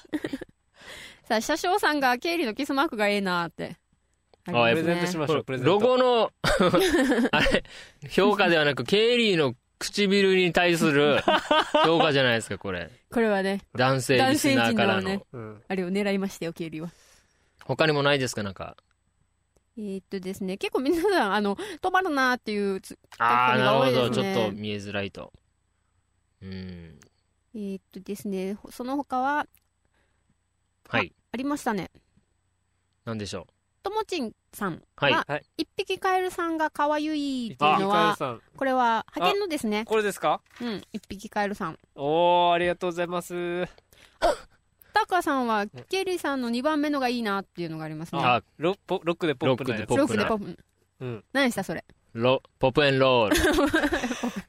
さあ車掌さんが経理のキスマークがええなーってあプやっぱレゼントしましょうこプレれゼントロゴの、 あれ、評価ではなく、ケイリーの唇に対す る評価じゃないですか、これ。これはね男性リスナーから男性陣のね。のうんあれを狙いましたよ経理は他にもないですか、なんか。えーっとですね結構皆さんあの止まるなーっていうつああ、なるほ多ど、いですちょねっと見えづらいと。うん。えーっとですねほその他ははい。ありましたねなんでしょともちんさんう。はい。あはい一匹カエルさんがかわゆいっていうあのカエルはさんこれは派遣のですねこれですかうん一匹カエルさんおーありがとうございますタカさんはケリーさんの2番目のがいいなっていうのがありますねあ、ロポロックでポップなやつロロッッククなでポップうん何でしたそ れロ、ポップエンロール。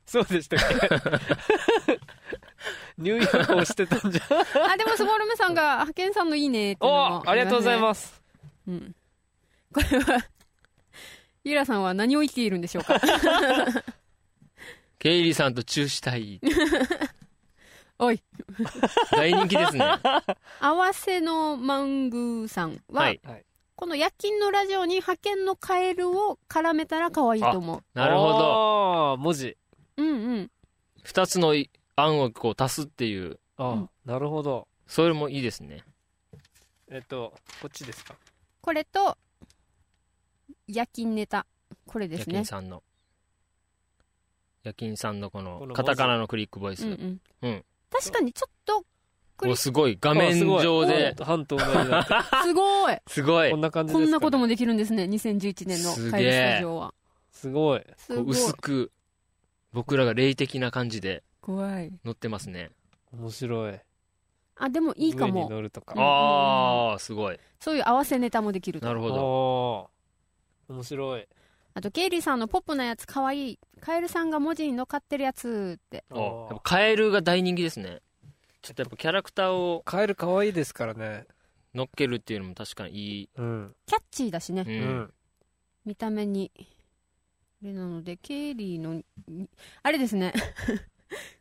そうでしたっけ ニューヨークをしてたんじゃあでもスボルメさんが派遣さんのいいねっていうおのおもーありがとうございますすね、うん、これはゆらさんは何を生きているんでしょう かケイリーさんとチューしたい。おい 大人気ですね。合わせのマングーさんは、はい。この夜勤のラジオに派遣のカエルを絡めたら可愛いと思なるほど。ど文字ううんうん二つの案をこう足すっていう、あ、うんなるほどそれもいいですね。えっとこっちですかこれと夜勤ネタこれで夜すね勤さんの。夜勤さんのここののカタカナのクリックボイスうんう。ん、うん確かにちょっとクリお、すごい。画面あすご上いでお。半透明になってるすごい すごいこん。な感じですこかねんなこともできるんですね2011年のすげえカエルスタジオはすごいすごこうい薄く、僕らが霊的な感じで怖い乗ってますね。面白いあでもいいか上にも乗るとかうんあー、すごい。そういう合わせネタもできるとなるほど。おー面白いあと、ケイリーさんのポップなやつかわいい。カエルさんが文字に乗っかってるやつって。あやっぱカエルが大人気ですねちょっとやっぱキャラクターをカエル可愛いですからね。乗っけるっていうのも確かにいい、うん。キャッチーだしねう。うんん。見た目に。あれなので、ケイリーの、あれですね。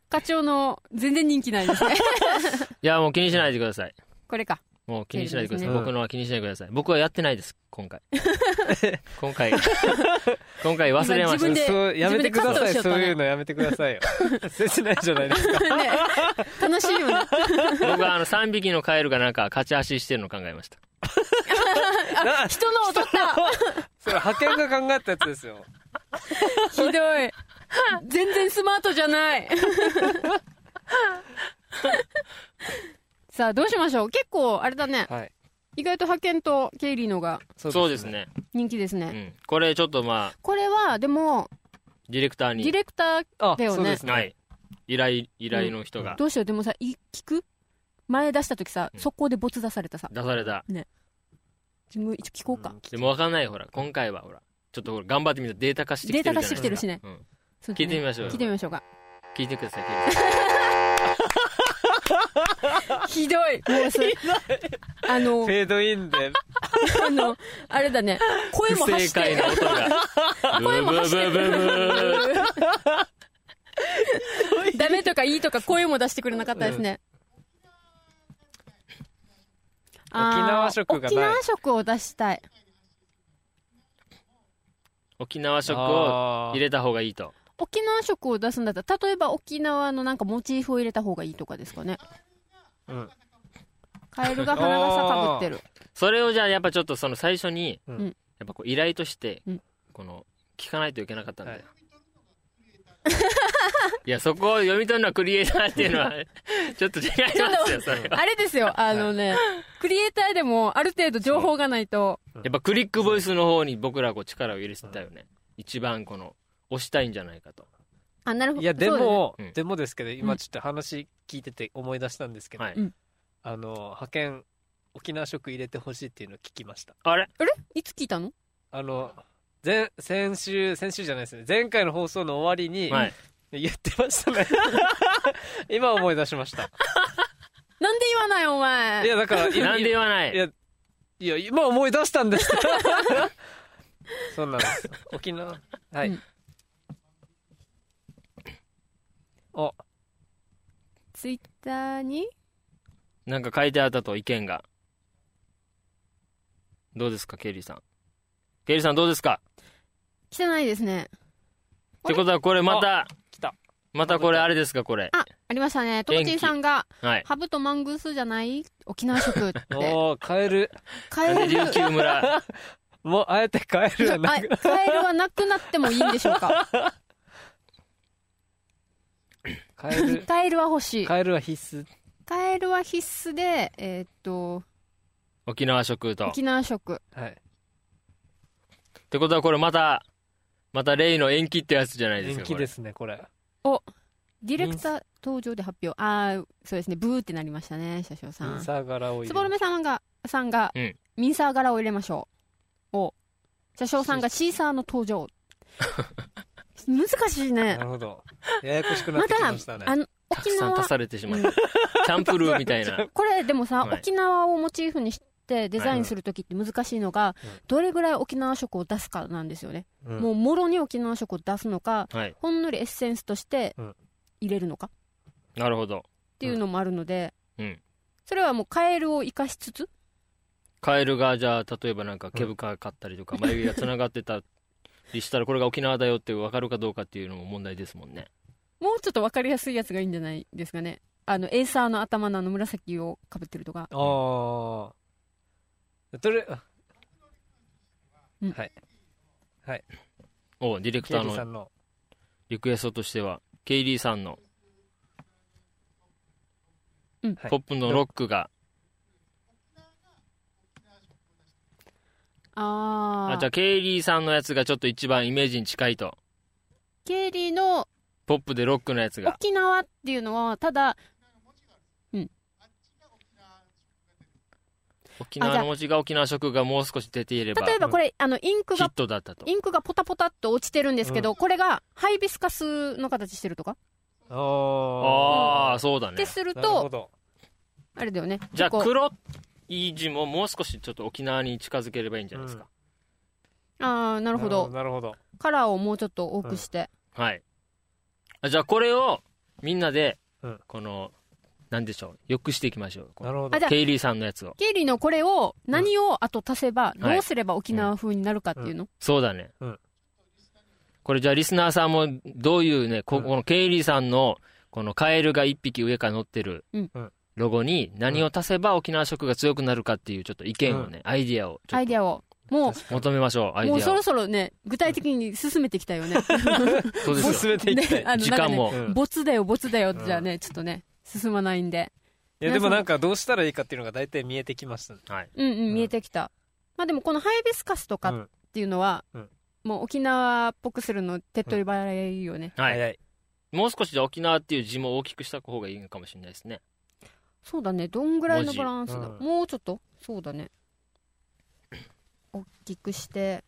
課長の全然人気ない ですね。いやもう気にしないでくださいこれか。もう気にしないでください、うん僕のは気にしないでください僕はやってないです 今回今回今回忘れ今ま自し分でそう、やめてくださ自分でカい。ットしようとそはうねいうのやめてくだ さいよ。切ないじゃないですか。ね楽しいよね。た僕はあの3匹のカエルがなんか勝ち足してるのを考えましたな人のを取ったそれ、派遣が考えたやつですよ。ひどい。全然スマートじゃない。さあ、どうしましょう結構、あれだね。はい。意外と派遣とケイリーのがそそうです。ね人気ですね。うん、これちょっとまあこれは、でも、ディレクターデにィレクター、あ、だよねそうですね。はい依頼依頼の人がどうしよう、でもさ、い聞く前出した時さ、うん速攻で没出されたさ。出された自分一応聞こうか。んでも分かんないほら今回はほらちょっとほら頑張ってみたらデータ化してきてるじゃないですかデータ化してきてうんそうだ聞ねいてみましょうよ聞いてみましょうか。聞いてくださいひどいもうそれ、あフの、ェードインで、あの、あれだね、声も聞いて発して不正解るな。音がブーブーブーブーブー ダメとかいいとか声も出してくれなかったですね。んあー沖縄色がない沖縄色を出したい。沖縄食を入れた方がいいと沖縄色を出すんだったら、例えば沖縄のなんかモチーフを入れた方がいいとかですかね。うんカエルが花がさかぶってる。それをじゃあやっぱちょっとその最初に、うんやっぱこう依頼として、うんこの聞かないといけなかったんだよ、はい い、やそこを読み取るのはクリエイターっていうのはちょっと違いますよそれは あれですよ、あのね、クリエイターでもある程度情報がないと、やっぱクリックボイスの方に僕らこう力を入れてたよね一番この押したいんじゃないかとあ、なるほど。いや、でそうだねもうん、でもですけど、今ちょっと話聞いてて思い出したんですけどは、い、うんあの、派遣、沖縄食入れてほしいっていうのを聞きました。あれあれいつ聞いたのあの、前、先週、先週じゃないですね。前回の放送の終わりに、はい言ってました ね。今思い出しました。なんで言わないお前。いや、だから、いなんで言わないいやいや、今思い出したんです。そうなんです。沖縄。はい。うんあ、ツイッターになんか書いてあったと意見がどうですかケイリーさんケイリーさんどうですか来てないですね。ってことはこれまた来たまたこれあれですかこれあ、ありましたね。トモチーさんが、はいハブとマングースじゃない沖縄食 って。おー、カエル。カなエんで ル、琉球村もう、あえてカエルはなあく、カエル はなくなってもいいんでしょう かカ エル。カエルは欲しい。カエルは必須。カエルは必須で、えーっと、沖縄食とっ沖縄食。はい。てことはこれまたまたレイの延期ってやつじゃないです人か気ですね、これ。ディレクター登場で発表。ああ、そうですね。ブーってなりましたね、車掌さミンん。サー柄を入スれボルる。メさんが、さんが、うんミンサー柄を入れましょう。を。車掌さんがシーサーの登 場。難しいねな。るほど。ややこしくなってきましたね。あの、たく沖さん縄足されてしまったチャンプルーみた いなこれでもさ、はい沖縄をモチーフにしてデザインするときって難しいのが、うんどれぐらい沖縄色を出すかなんですよね、うんもうもろに沖縄色を出すのかはいほんのりエッセンスとしてうん入れるのかなるほどっていうのもあるので、うんそれはもうカエルを生かしつつカエルがじゃあ例えばなんか毛深かったりとか眉毛がつながってたりしたらこれが沖縄だよって分かるかどうかっていうのも問題ですもんねもうちょっと分かりやすいやつがいいんじゃないですかねあのエイサーの頭のあの紫をかぶってるとかああ。とり、あうんはい。おディレクケイターリーさのんの。リクエストとしてはケイリーさんのうんはいポップのロックがああーじゃあケイリーさんのやつがちょっと一番イメージに近いとケイリーのポップでロックのやつが沖縄っていうのはただ、うん、沖縄の文字が沖縄食がもう少し出ていれば例えばこれ、あの、インクヒがッ、トだったとインクがポタポタっと落ちてるんですけど、これがハイビスカスの形してるとかあああそうだってねするあなるほと、どあれだよね。じゃあこう黒い字ももう少しちょっと沖縄に近づければいいんじゃないですか、ああ、なるほど。なるほどカラーをもうちょっと多くして。はいあじゃあこれをみんなでうんこの、なんでしょうよくしていきましょうこなのるほどあ、じゃあ、ケイリーさんのやつをケイリーのこれを、何をあと足せば、んどうすれば沖縄風になるかっていうの。そうだね、うんこれじゃあリスナーさんもどういうねこうんこのケイリーさんのこのカエルが1匹上から乗ってるうんうんロゴに何を足せば沖縄色が強くなるかっていうちょっと意見をね、アイディアをちょアっイディアを。もと求めましょうアう、イデもうィそアをろそろね、具体的に進めていきたいよね。そうですよ進めていきたいねあの時間も、うんボツだよ、ボツだよ、じゃあね、ちょっとね、進まないんで。いやでもなんかどうしたらいいかっていうのが大体見えてきましたねはいうんう、うんん見えてきた。まあでも、このハイビスカスとかっうんていうのはうん、もう沖縄っぽくするの手っ取り早いよね。はい、はいもう少しじゃあ沖縄っていう字も大きくした方がいいのかもしれないですねそうだね、どんぐらいの文字バランスだ。うんもうちょっとそうだね。大きくして。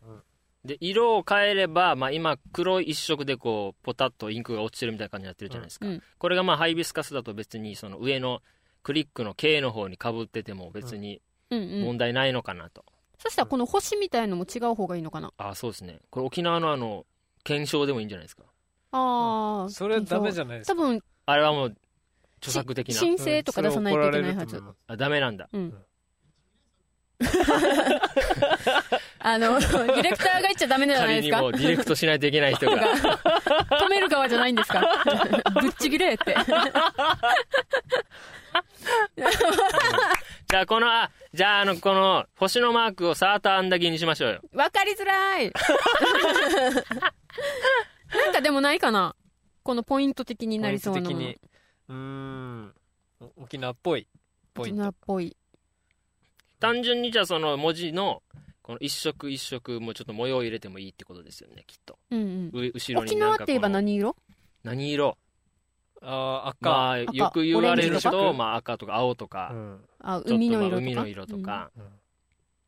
で色を変えれば、まあ、今黒一色でこうポタッとインクが落ちてるみたいな感じになってるじゃないですか、うんうんこれがまあハイビスカスだと別にその上のクリックの K の方にかぶってても別にうんう問ん。題ないのかなと、そしたらこの星みたいのも違う方がいいのかな。ああそうですねこれ沖縄のあの検証でもいいんじゃないですかああ。それダメじゃゃないです多か分、あれはもう著作的な申請とか出さないといけないはず。あダメなんだうん。 あの、ディレクターが言っちゃダメじゃないで仮すにかも。うディレクトしないといけない人 が止める側じゃないんですか ぶっちぎれって。じゃあこのあじゃああのこの星のマークをサーターアンダギーにしましょうよわかりづらい なんかでもないかなこのポイント的になりそうなも的のにうーんお沖縄っぽいポイ沖ント縄っぽい単純にじゃあその文字のこの一色一色もちょっと模様を入れてもいいってことですよねきっとうんうう後んろ沖になん縄かって言えばこの何色何色あー赤、まあ赤よく言われオレンるジととかまあ赤とか青とか、うんあちょっと海のまあ色とか海の色とかうん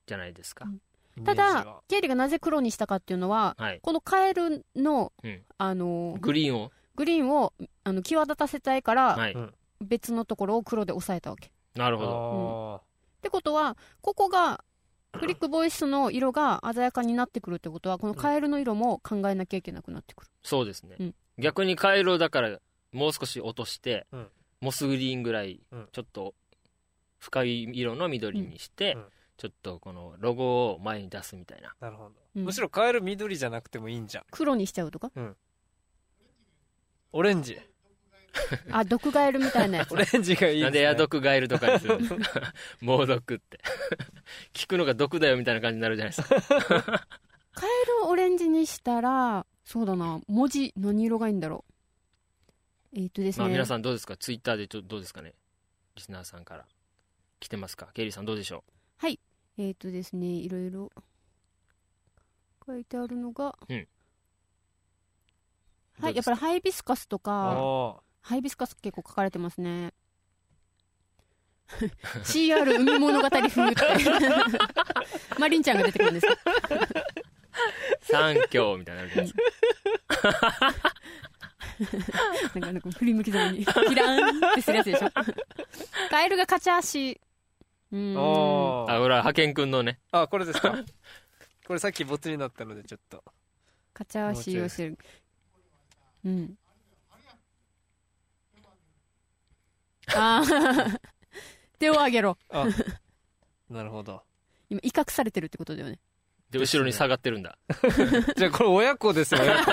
じゃないですか、うんイうんメたージはだケイリがなぜ黒にしたかっていうのははいこのカエルの、うんあのグリーンをグリーンをあの際立たせたいからはいうん別のところを黒で押さえたわけっなるあほどーてことはここがクリックボイスの色が鮮やかになってくるってことはこのカエルの色も考えなきゃいけなくなってくるそうですね、うん逆に回路だからもう少し落として、うんモスグリーンぐらいうんちょっと深い色の緑にして、うんうんちょっとこのロゴを前に出すみたいななるほど、うんむしろカエル緑じゃなくてもいいんじゃん黒にしちゃうとかオレンジあ、毒ガエルみたいなやつオ。レンジがいいなんでねヤドクガエルとかにするんですか 猛毒って 聞くのが毒だよみたいな感じになるじゃないですかカエルをオレンジにしたら、そうだな、文字、何色がいいんだろう。えっ、とですまあね、皆さんどうですかツイッターでちょっとどうですかねリスナーさんから来てますかケイリーさんどうでしょえっ、とですね、いろいろ書いてあるのが、うんはどうい、でやっすぱかりハイビスカスとか、あハイビスカス結構書かれてますね。CR 海物語風って。 マリンちゃんが出てくるんですけどう三強みたいになるじゃないですかなんかあの振り向きざ まに、キラーンってするやつでしょ。カエルがカチャ足。うーーん。ああーほら派遣くんのねあこれです かこれさっきボツになったのでちょっとカチャ足をしてる。うん。ああ。手を上げろ。 あなるほど今、威嚇されてるってことだよね。で後ろに下がってるんだじゃあこれ親子です よ親子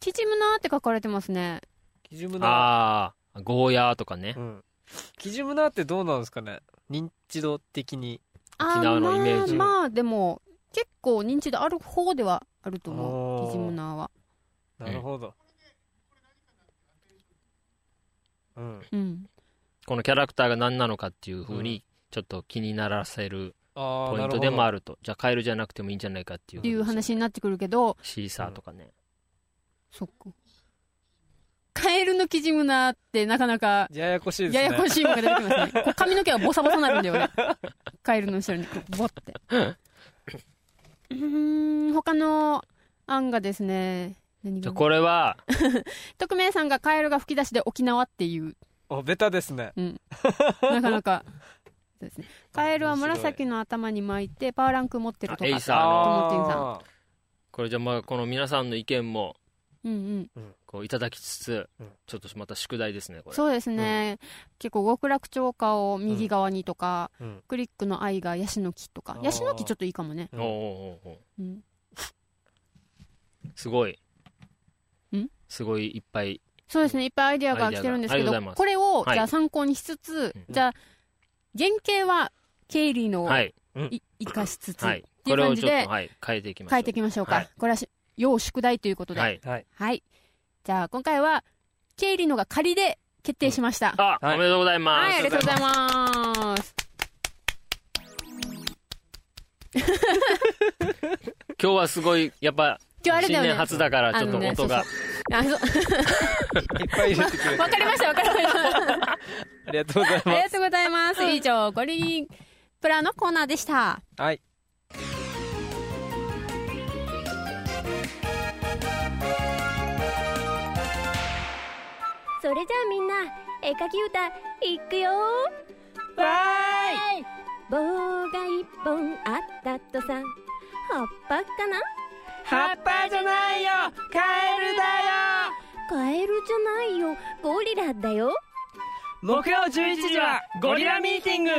キジムナーって書かれてますね。キジムナああゴーヤーとかねーうんキジムナーってどうなんですかね認知度的にあ沖縄のイメージまあ、まあ、でも、結構認知度ある方ではあると思う。おーキジムナーは。なるほどうんうん。このキャラクターが何なのかっていうふうに、ちょっと気にならせるああポイントでもあると。じゃあカエルじゃなくてもいいんじゃないかっていう。っていう話になってくるけど、シーサーとかね。そっか。カカエルのキジムナーってなかなか、ややこしいですねややこしいのが出てきます ね。こう髪の毛がボサボサになるんだよね。カエルの後ろにこう、ボって。うーん、他の案がですね、何じゃがあこれは匿名さんがカエルが吹き出しで沖縄っていう、おベタですねうん、なかなか。そうですね、カエルは紫の頭に巻いてパーランク持ってるとエイかサーのトモテンさんあこれじゃあまあこの皆さんの意見もうんうん、こういただきつつ、うんちょっとまた宿題ですねこれそうですね、結構極楽鳥花を右側にとか、ーうんクリックの愛がヤシの木とかあーヤシの木ちょっといいかもね、おうんうおうおうおううん、すごいんすごいいっぱいそうですねいっぱいアイデアが来てるんですけアイデどアがありがとうごこれをはいじゃあ参考にしつつ、うんじゃあ原型はケイリーのをはいい生かしつつ、はいっていこうれ感をじちょっでとはい変えていきましょう書いていきましょうか、はいこれはし要宿題ということでははい、い じゃあ今回はケイリーのが仮で決定しました、あ、はいおめでとうございます、はいありがとうございます今日はすごいやっぱ今日あれだ新よね年初だからちょっとあのね音が、あそういっぱい入れてくれて わかりましたわかりま したありがとうございあまりがとうございます。以上、ゴリプラのコーナーでした。すはいそれじゃあみんな絵描き歌いくよわーい棒が一本あったとさ葉っぱかな葉っぱじゃないよカエルだカエルじゃないよゴリラだよよ木曜11時はゴリラミーティング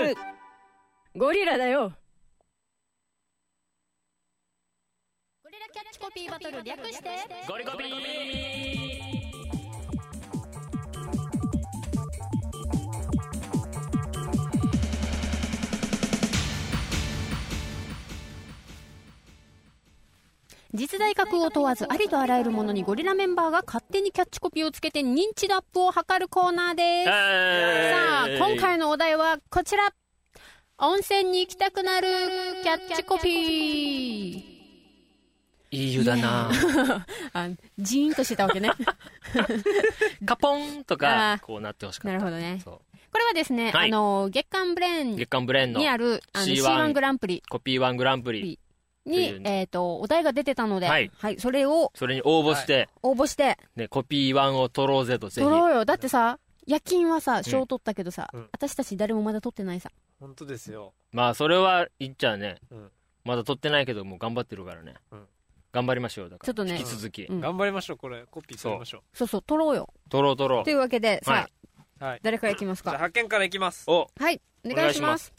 ゴリラだよ。ゴリラキャッチコピーバトル略して。ゴリゴリ実在格を問わず、ありとあらゆるものにゴリラメンバーが勝手にキャッチコピーをつけて認知度アップを図るコーナーです。さあ、今回のお題はこちら。温泉に行きたくなるキャッチコピー。いい湯だなあ、ジーンとしてたわけね。カポンとあかーこうなってほし かなっるたほどね。そこれはですね、はいあの、月刊ブレーうン月刊ブレンのにある、あの、 C1 C1 グランプリコピーワングランプリといにう、えっ、と、お題が出てたので、ははいい、それをそれに応募して、応募して、ね、コピーワンを取ろうぜとぜひ取ろうよ。だってさ、夜勤はさ、賞取ったけどさ、うん私たち誰もまだ取ってないさ。本当ですよまあそれはいっちゃんね、うんまだ取ってないけどもう頑張ってるからね、うん頑張りましょうだちょかっとらね引き続き、うん頑張りましょうこれコピー取りましょそうそう、取ろうよ。取ろう取ろうというわけで、さあ、はいうはい誰からいきますじゃあか。派遣からいきますおはい、お願いします。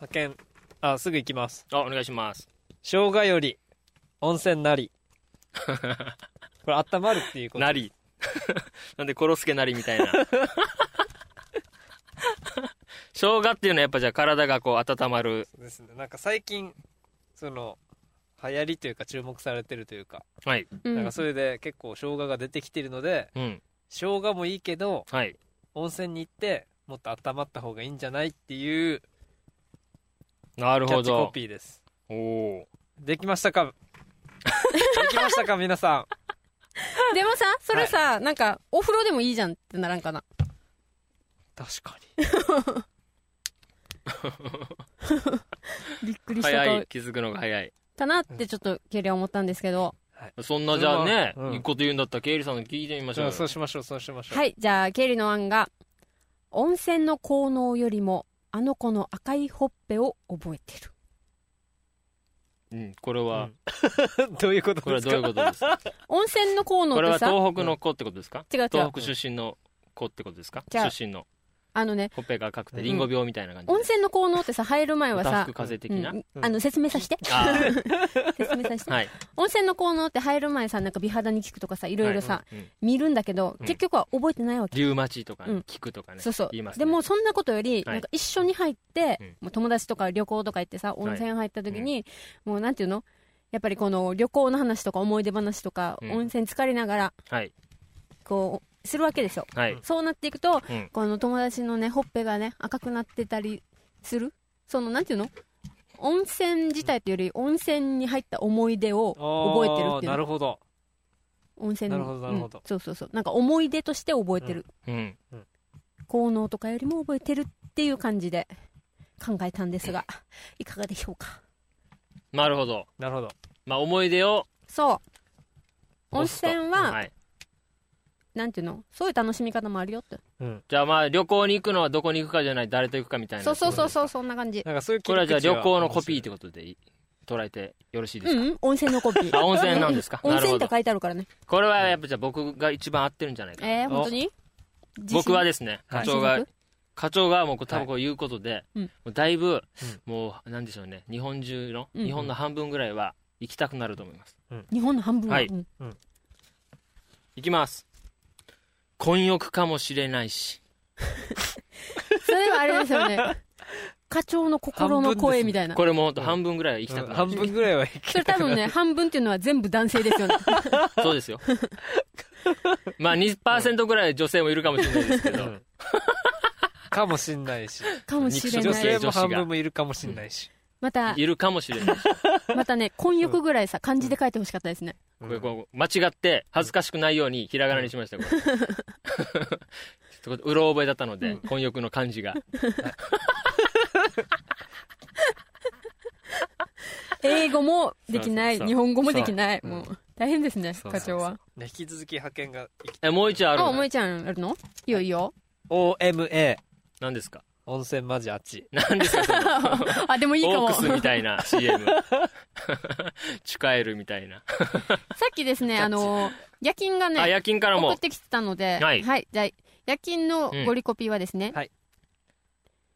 派遣あすぐ行きますあお願いします生姜より温泉 なりこれ温まるっていうことなり なんでコロスケなりみたいな生姜っていうのはやっぱじゃあ体がこう温まるですねなんか最近その流行りというか注目されてるというか、はいうんなんかそれで結構生姜が出てきてるのでうん生姜もいいけどはい温泉に行ってもっと温まった方がいいんじゃないっていうなるキャほッチコどピーですおおできまし たかできましたか皆さでもさ、それさ、なんか、お風呂でもいいじゃんってならんかな。ん確かびっくりした早顔い気づくのが早いかなってちょっと、ケリは思ったんですけど。そんなじゃあね、それはいいこと言うんだったらケイリさんの聞いてみましょうによそうしましょうそうしましょう、はい、じゃあ、ケリの案が、温泉の効能よりも、あの子の赤いほっぺを覚えてる。うん、これは、うんどういうことこれではどすかういうことですか温泉の効能これっはてさ、東北の子ってことですか、違う違う東。北出身の子ってことですかじゃあ出身のあのね、ほっぺが赤くてうんリンゴ病みたいな感じ温泉の効能ってさ、入る前はダさフ、風邪的うな、ん、あの、説明させて。あ説明させあて。 はい温泉の効能って入る前さ、なんか美肌に効くとかさ、いろいろさ、うん見るんだけど、うん結局は覚えてないわけ。リウマチとかねうん聞くとかねそうそう。言いますねでも、そんなことより、はいなんか一緒に入って、うんもう友達とか旅行とか行ってさ、温泉入った時に、もうなんていうのやっぱりこの旅行の話とか思い出話とか、うん温泉浸りながら、はいこう、するわけですよ。はいそうなっていくと、うんこの友達のね、ほっぺがね、赤くなってたりする、その、なんていうの温泉自体というより、温泉に入った思い出を覚えてるっあーていなうの。るほど温泉のなるほどなるほどうんそうそうそうなんか思い出として覚えてる、うん効能とかよりも覚えてるっていう感じで考えたんです がいかがでしょうかなるほどなるほど。まあ思い出をそう温押すと泉は、はい、なんていうのそういう楽しみ方もあるよってうん。じゃあまあ旅行に行くのはどこに行くかじゃない誰と行くかみたいなそうそうそうそうそんな感じなんかそういう切こりれは口じゃあ旅行のコピーってこことでい捉えてよろしいでうすか、ん、うん、温泉のコピーあ温泉なん ですか温なる泉ほってど書いてあるからねこれはやっぱじゃあ僕が一番合ってるんじゃないかなえー、本当に僕はですね課はい長が、自信課長がもう多分こう言うことで、うんもうだいぶ、もうなんでしょうね日本中の、うん日本の半分ぐらいは行きたくなると思います日本の半分はいうん行きます混浴かもしれないしそれはあれですよ ね課長の心の声みたいなこれもほんと半分ぐらいは行きたくな半るし、分ぐらいはそれ多分 ね半分っていうのは全部男性ですよねそうですよ まあ2%ぐらい女性もいるかもしれないですけど、うんかもしんな いし。かもしれ女ない性も女子が半分もいるかもしんないし。またいるかもしれないしまたね混浴ぐらいさ漢字で書いてほしかったですねうこんれこう間違って恥ずかしくないようにひらがなにしましたこれちょっとうろ覚えだったので混浴の漢字が英語もできないそうそうそう日本語もできないそうもう大変ですねそう課そうそう長はね引き続き派遣が行きえもう一応あるあのおもえちゃんあるのいいよいいよ OMA 何ですか温泉マジあっち何ですかそのあ でもいいかオもークさスみたいな CM チュカエルみたいなっきですねあの夜勤があね夜勤から送もってきてたのでははいいじゃあ夜勤のゴリコピーはですねん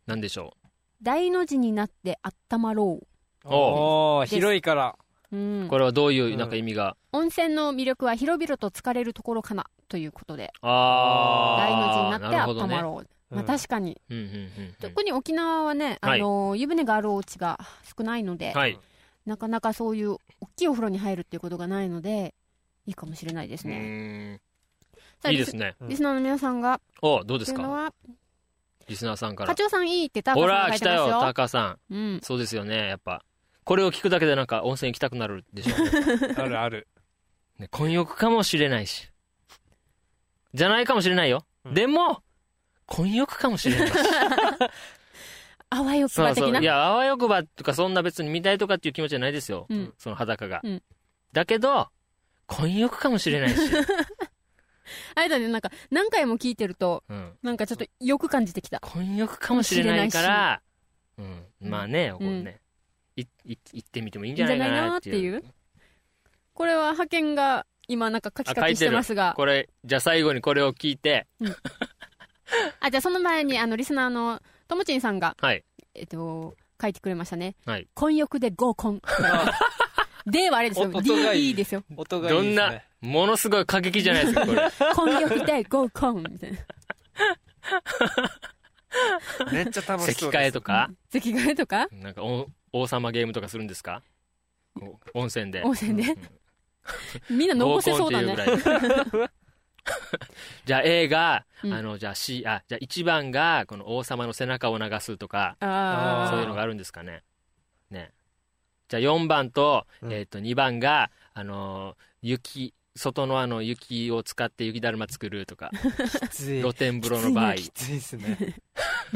何でしょ大の字になってあったまろおおです広いからううんうこれはどういうなんか意味が、温泉の魅力は広々と疲れるところかなということで大の字にあなあってあったまねろう、まあうん確かに、うんうんうんうん特に沖縄はね、あはいの湯船があるお家が少ないので、はいなかなかそういう大きいお風呂に入るっていうことがないのでいいかもしれないですうね、ーんさあいいですねリスリスナーの皆さんがおどうとでいすうのかはリスナーさんか課ら長さんいいってタカさほんがら書い来てまたすよよタカさんうん、そうですよねやっぱこれを聞くだけでなんか温泉行きたくなるでしょう ねあるあるね混浴かもしれないしじゃないかもしれないよ、うんでも混浴かもしれないしあわよくば的ないうやあわよくばとかそんな別に見たいとかっていう気持ちじゃないですよ、ん、その裸が、うんだけど混浴かもしれないし、あれだねなんか何回も聞いてるとうん、なんかちょっとよく感じてきた混浴かもしれないからうん、まあねこうね、いい行ってみてもいいんじゃないかなっていういいんじゃないかこれは派遣が今なんかカキカキしてますがこれじゃあ最後にこれを聞いてあじゃあその前にあのリスナーのともちんさんがはいえっと、書いてくれましたね。はい混浴で合 コン。ではあれですよ。お音がいい D ですよ。音がいいどんなものすごい過激じゃないですか これ混浴で合コンみたいな。どんなめっちゃ楽し席そう替でえすとか、席替えとかなんかお王様ゲームとかするんですかこう温泉で温泉で。み んなのぼ合せコンそっうてだいうぐね。らいでじゃあ A が、うんあのじゃあ C あじゃあ1番がこの王様の背中を流すとかああ。そういうのがあるんですかねねじゃあ4番と,、うんえっと2番があのー雪外のあの雪を使って雪だるま作るとかきつい露天風呂の場合きついっすね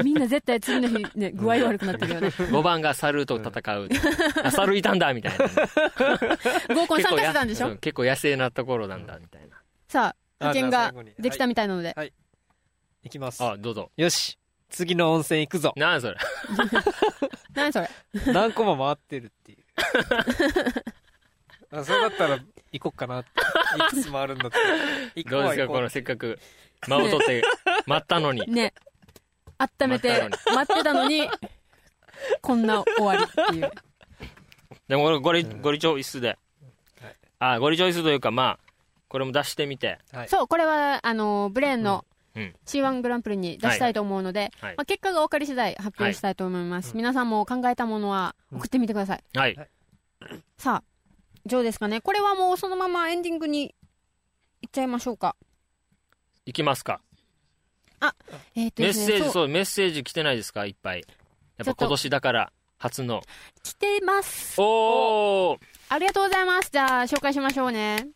みんな絶対次の日ね、具合悪くなってるよ ね。 5番が猿と戦うとか、あ猿いたんだみたいな合コン結参構加やしてたんでしうょ結構野生なところなんだみたいなさあ、あ派じゃ遣あが最後にできたみたいなので。いきますあどうぞよし次の温泉行くぞなんそれ何それ何個も回ってるっていうあそれだったら行こっかなっていくつもあるんだって行こどうではすか行ここのせっかく間を取って 待ったのにね。温めて、待ってたのに、こんな終わりっていう。でも俺ゴリゴリチョイスで、あゴリチョイスというかまあこれも出してみてはいそう、これは、あの、ブレーンのうんうん C1 グランプリに出したいと思うので、はいまあ、結果が分かり次第発表したいと思います。皆さんも考えたものは送ってみてください。はいさあ、以上ですかね。これはもうそのままエンディングにいっちゃいましょうか。行きますかえっ、とメでッすねセージそうそうメッセージ来てないですかいっぱいやっちょっぱと今年だから初の来てます。おおありがとうございます。じゃあ、紹介しましょうね。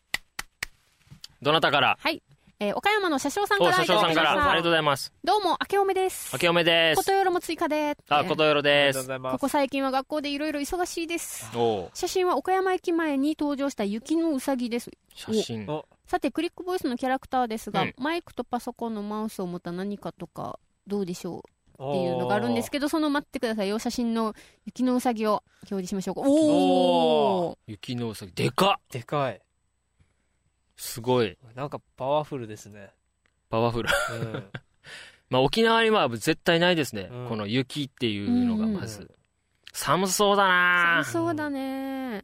どなたからはい。えー岡山の車掌さんかおら。車掌さんからいただきましたありがとうございますどうも、明けおめです。明けおめでことすよろも追加で。あことよろあでりがとうごすざいこます。こ最近は学校でいろいろ忙しいです。おお写真は岡山駅前に登場した雪のうさぎです。写真おさて、クリックボイスのキャラクターですが、うんマイクとパソコンのマウスを持った何かとか、どうでしょうっていうのがあるんですけど、その待ってくださいよ。写真の雪のうさぎを表示しましょうか。おおお雪のうさぎでかっど。でかい。すごいなんかパワフルですね。パワフルうん。まあ沖縄には絶対ないですね、うんこの雪っていうのがまず、うん寒そうだ寒なぁそうだね。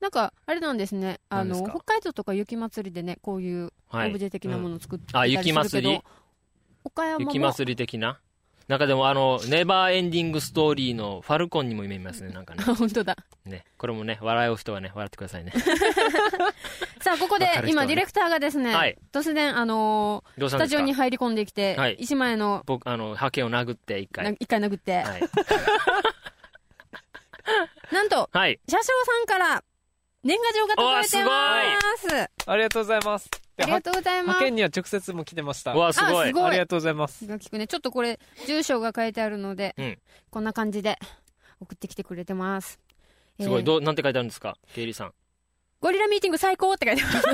なんか、あれなんですね。あ何の、ですか北海道とか雪祭りでね、こういうはオブいジェ的なものを作ってあたりするけ雪ど、祭り岡山も雪祭り的ななんかでもあのネバーエンディングストーリーのファルコンにも見えますねな んかねあ本当だねこれもね笑う人はね笑ってくだ さいねさあここでわかる人はね今ディレクターがですね、はい突然あのーどうしスたんでタすジオかに入り込んできて、はい一枚の僕あのハケを殴って一な回一回殴って、はいなんとはい車掌さんから年賀状が届いてますありがとうございます。でありがとうございます派遣には直接も来てました。うわすごあいすごいありがとうございます。気が利くねちょっとこれ住所が書いてあるので、うんこんな感じで送ってきてくれてますすごえいーどうなんて書いてあるんですかケイリーさんゴリラミーティング最高って書いて ます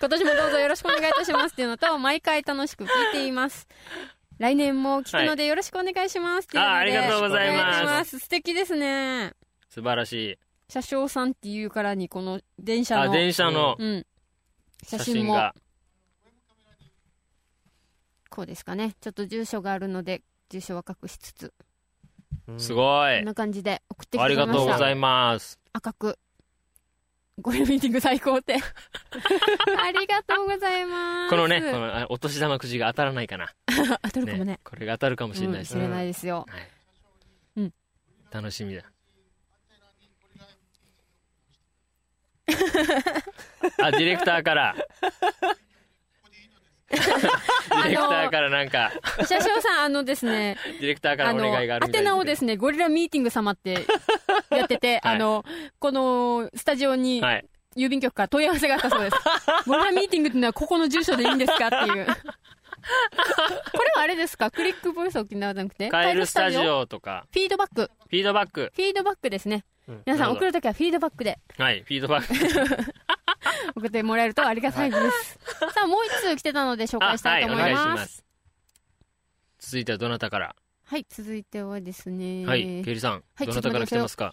今年もどうぞよろしくお願いいたしますっていうのと毎回楽しく聞いています来年も聞くのでよろしくお願いしますっていうので、あありがとうございますお願します素敵ですね素晴らし車掌さんっていうからにこの電い車あの電車のうん、写写真真もがこうですかねちょっと住所があるので住所は隠しつつすい。ごこいんな感じで送ってきあてりくれがまとうしござたいます赤くゴリラミーティング最高 ってありがとうございますこのねこのあお年玉くじが当たらないかな当たるかもねこれが当たるかもしれないですうんね知れないですよ、はいうん楽しみ だあディレクターから ディレクターからなんか車掌さんあのですねディレクター からあおの願いがあるみたい宛名をですねねゴリラミーティング様ってやってて、 はいあのこのスタジオにはい郵便局から問い合わせがあったそう ですゴリラミーティングっていうのはここの住所でいいんですかっていうこれはあれですかクリックボイス沖縄じゃなくてカエルスタジカエルオとかフィードバックフィードバックフィードバックですね、うん皆さんなるほど送るときはフィードバック ではいフィードバック送ってもらえるとありがたい です。さあ、もう一通来てたので紹あ介したはいいとお思願いいしま。ますす続いてはどなたからはい、続いてはですね。はいケイリさんはいどなたから来てますか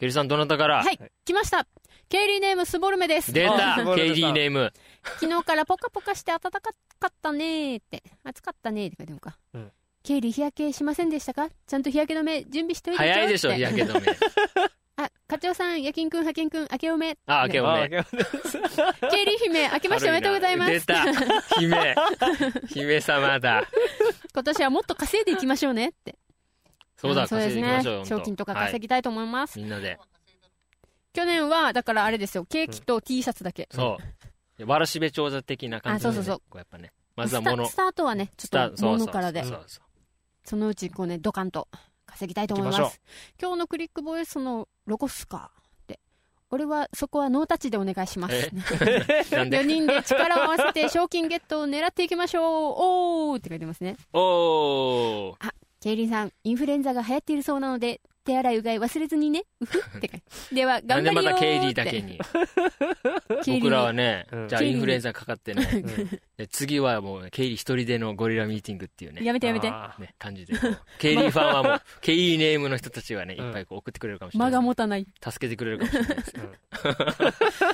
ケイリさんどなたからはい来ました。ケイリーネームスボルメです。出あたすごいケイリーネーム昨日からポカポカして暖かかったねーって、暑かったねーって書いてあるのか。うんケイリー日焼けしませんでしたかちゃんと日焼け止め準備しておいてちょう 早いでしょって日焼け止めあ、課長さん、夜勤くん、派遣くん、明けおめ。 あ明けおあめありがとうございますケイリー姫、明けましておめでとうございま出す。た 姫姫様だ今年はもっと稼いでいきましょうねって。そうだんそうで稼すいでいきねましょうよ。賞金とか稼ぎぎたいと思います。みんなで去年はだからあれですよケーキと T シャツだけ、そうわらしべ長者的な感じでねあそうそうそうこうやっぱねまずはスタ物スタートはねちスょタっとそう物そうからでそそうそうのうちこうねドカンと稼ぎたいと思います行きまし今日のクリックボイスのロゴスかで俺はそこはノータッチでお願いしますえ なん4で人で力を合わせて賞金ゲットを狙っていきましょうおーって書いてますねおーケイリンさんインフルエンザが流行っているそうなので手洗いうがい忘れずにねうふって書いてではな頑ん張でりよまーたってケイリーだけにケイリー僕らはねうんじゃあインフルエンザかかってねうんで次はもうねケイリー一人でのゴリラミーティングっていうねやめてやめてあね感じでこうケイリーファンはも うケイリーネームの人たちはねいっぱいこう送ってくれるかもしれ間がない持たない助けてくれるかもしれないですよ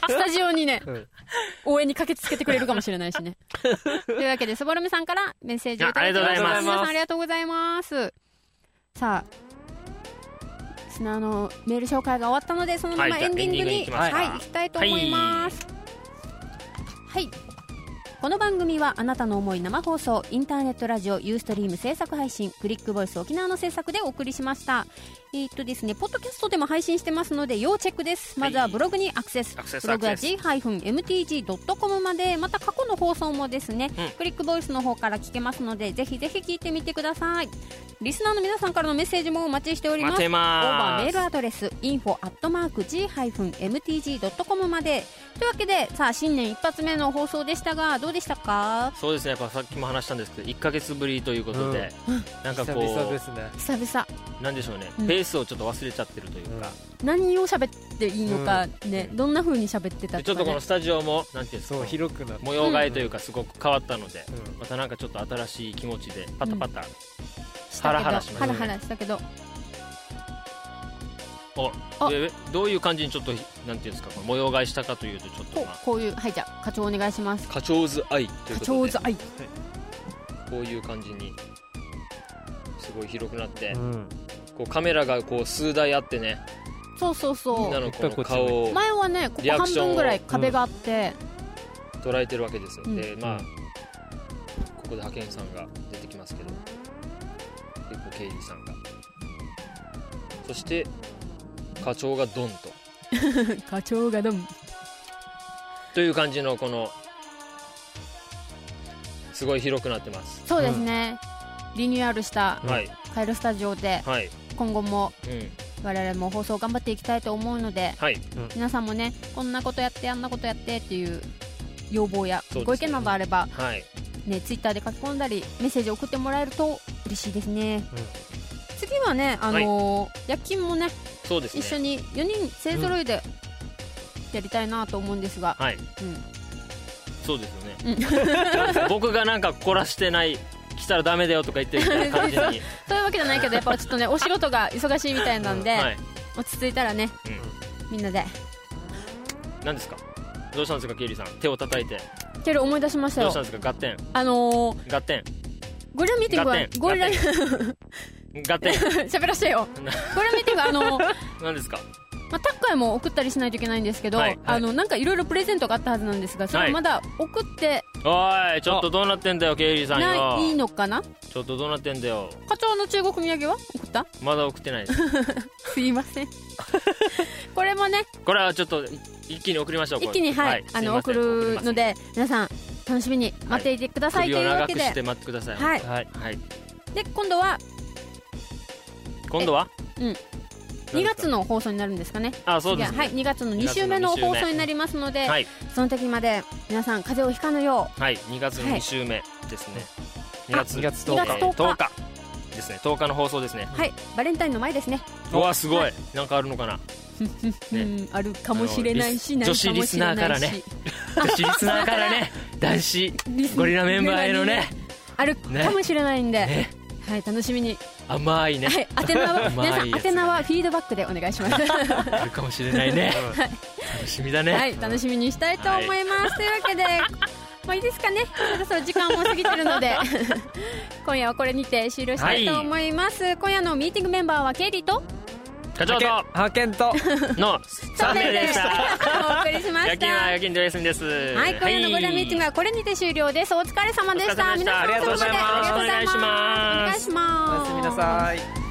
スタジオにね、うん応援に駆けつけてくれるかもしれないし ね。というわけで、そぼろめさんからメッセージをいただきました。ああり皆がとうございますさんありがとうございます。さあ、スナのメール紹介が終わったので、そのままはいエンディングじゃあエンディングに、に行きますかはい、行きたいと思います。はい。この番組はあなたの思い生放送インターネットラジオユーストリーム制作配信クリックボイス沖縄の制作でお送りしましたえーっとですねポッドキャストでも配信してますので要チェックですまずはブログにアクセス、アクセスブログはアクセ g-mtg.com までまた過去の放送もですね、うんクリックボイスの方から聞けますのでぜひぜひ聞いてみてくださいリスナーの皆さんからのメッセージもお待ちしておりま待すて応ま募はメーすルアドレス info.g-mtg.com までというわけでさあ新年一発目の放送でしたがどうでしたかそうですねやっぱさっきも話したんですけど1か月ぶりということで、なんか久こ々ですうね久々なんでしょうね、うんペースをちょっと忘れちゃってるというか、何を喋っていいのかね、どんな風に喋ってたでちょとか、っとこねの、スタジオもなんていうんですそうか広くなって模様替えというかすごく変わったので、うんまたなんかちょっと新しい気持ちでパタパタ、したけどハラハラしましハたねラハラしたけどあおでどういう感じにちょっとなんていうんですかこの模様替えしたかというとちょっとこうまあこういうはいじゃあ課長お願いします課長図愛という課こと長でズアイこういう感じにすごい広くなって、うんこうカメラがこう数台あってねそうそうみんそなうのこの顔を前はねここリアク半ションを分ぐらい壁があって、捉えてるわけですよ、うんでまあここで派遣さんが出てきますけどでこう刑事さんがそして課長がドンと課長がどんという感じのこのすごい広くなってます、そうですね、リニューアルしたうんはいカエルスタジオではい今後もうん我々も放送頑張っていきたいと思うのではい皆さんもねこんなことやってあんなことやってっていう要望やそうですねご意見などあればはいねツイッターで書き込んだりメッセージ送ってもらえると嬉しいですね、次はねあのー夜勤もねそうですね一緒に4人勢揃いでやりたいなと思うんですが、はい、うんそうですよね、 僕がなんか凝らしてない来たらダメだよとか言ってるみたいな感 じに、というわけじゃないけどやっぱちょっとねお仕事が忙しいみたいなんで、はい、落ち着いたらねうみんなでん、何ですかどうしたんですかケイリーさん手を叩いてケル思い出しましたどうよしたんですか合点あのー合点ゴリラミーティングは合点ゴリラ合点 喋らせてよゴリラミーティングはあのー何ですかまあ、タッカーも送ったりしないといけないんですけど、はいはいあのなんかいろいろプレゼントがあったはずなんですがそれはいまだ送っておいちょっとどうなってんだよケイリーさんない,、い、よのかなちょっとどうなってんだよ課長の中国土産は送 ったまだ送ってないですすいませ んこれもねこれはちょっと一気に送りましょうこれ一気に、はいすいまあせんの送るので皆さん楽しみに待っていてください、と首をいうわ長けくで、して待ってくださいはいはい、はい、で今度は今度はえうん2月の放送になるんですかねあそうです次ねははい、2月の2週目の二月の二週放目送になりますので、はい、その時まで皆さん風邪をひかぬよはい、2月の2週目ですね、あ2月2月10 10二日月10日10日ですね10日の放送ですねうはいバレンタインの前ですねうわすごい、なんかあるのか なねうんあるかもしれないしあのないかリもしれないしス女子リスナーからね私リスナーからね男子リスゴリラメンバーへのねあるかもしれないんで、ねはい楽しみに、甘いね、はい宛名 はうまい皆さんやつ宛名はフィードバックでお願いします はあるかもしれないね楽しみだね、い楽しみにしたいと思います、というわけでまあいいですかねそろそろ時間も過ぎてるの で今夜はこれにて終了したいと思います、今夜のミーティングメンバーはケイリーと課長と派 遣との3名でしたお送りしま夜し勤はた夜勤ドレスンですははい今夜のゴリラミーティングはこれにて終了ですお疲れ様でしたお疲れ様でした皆さんありがとうございますお疲れ様でお願いしますおやすみなさい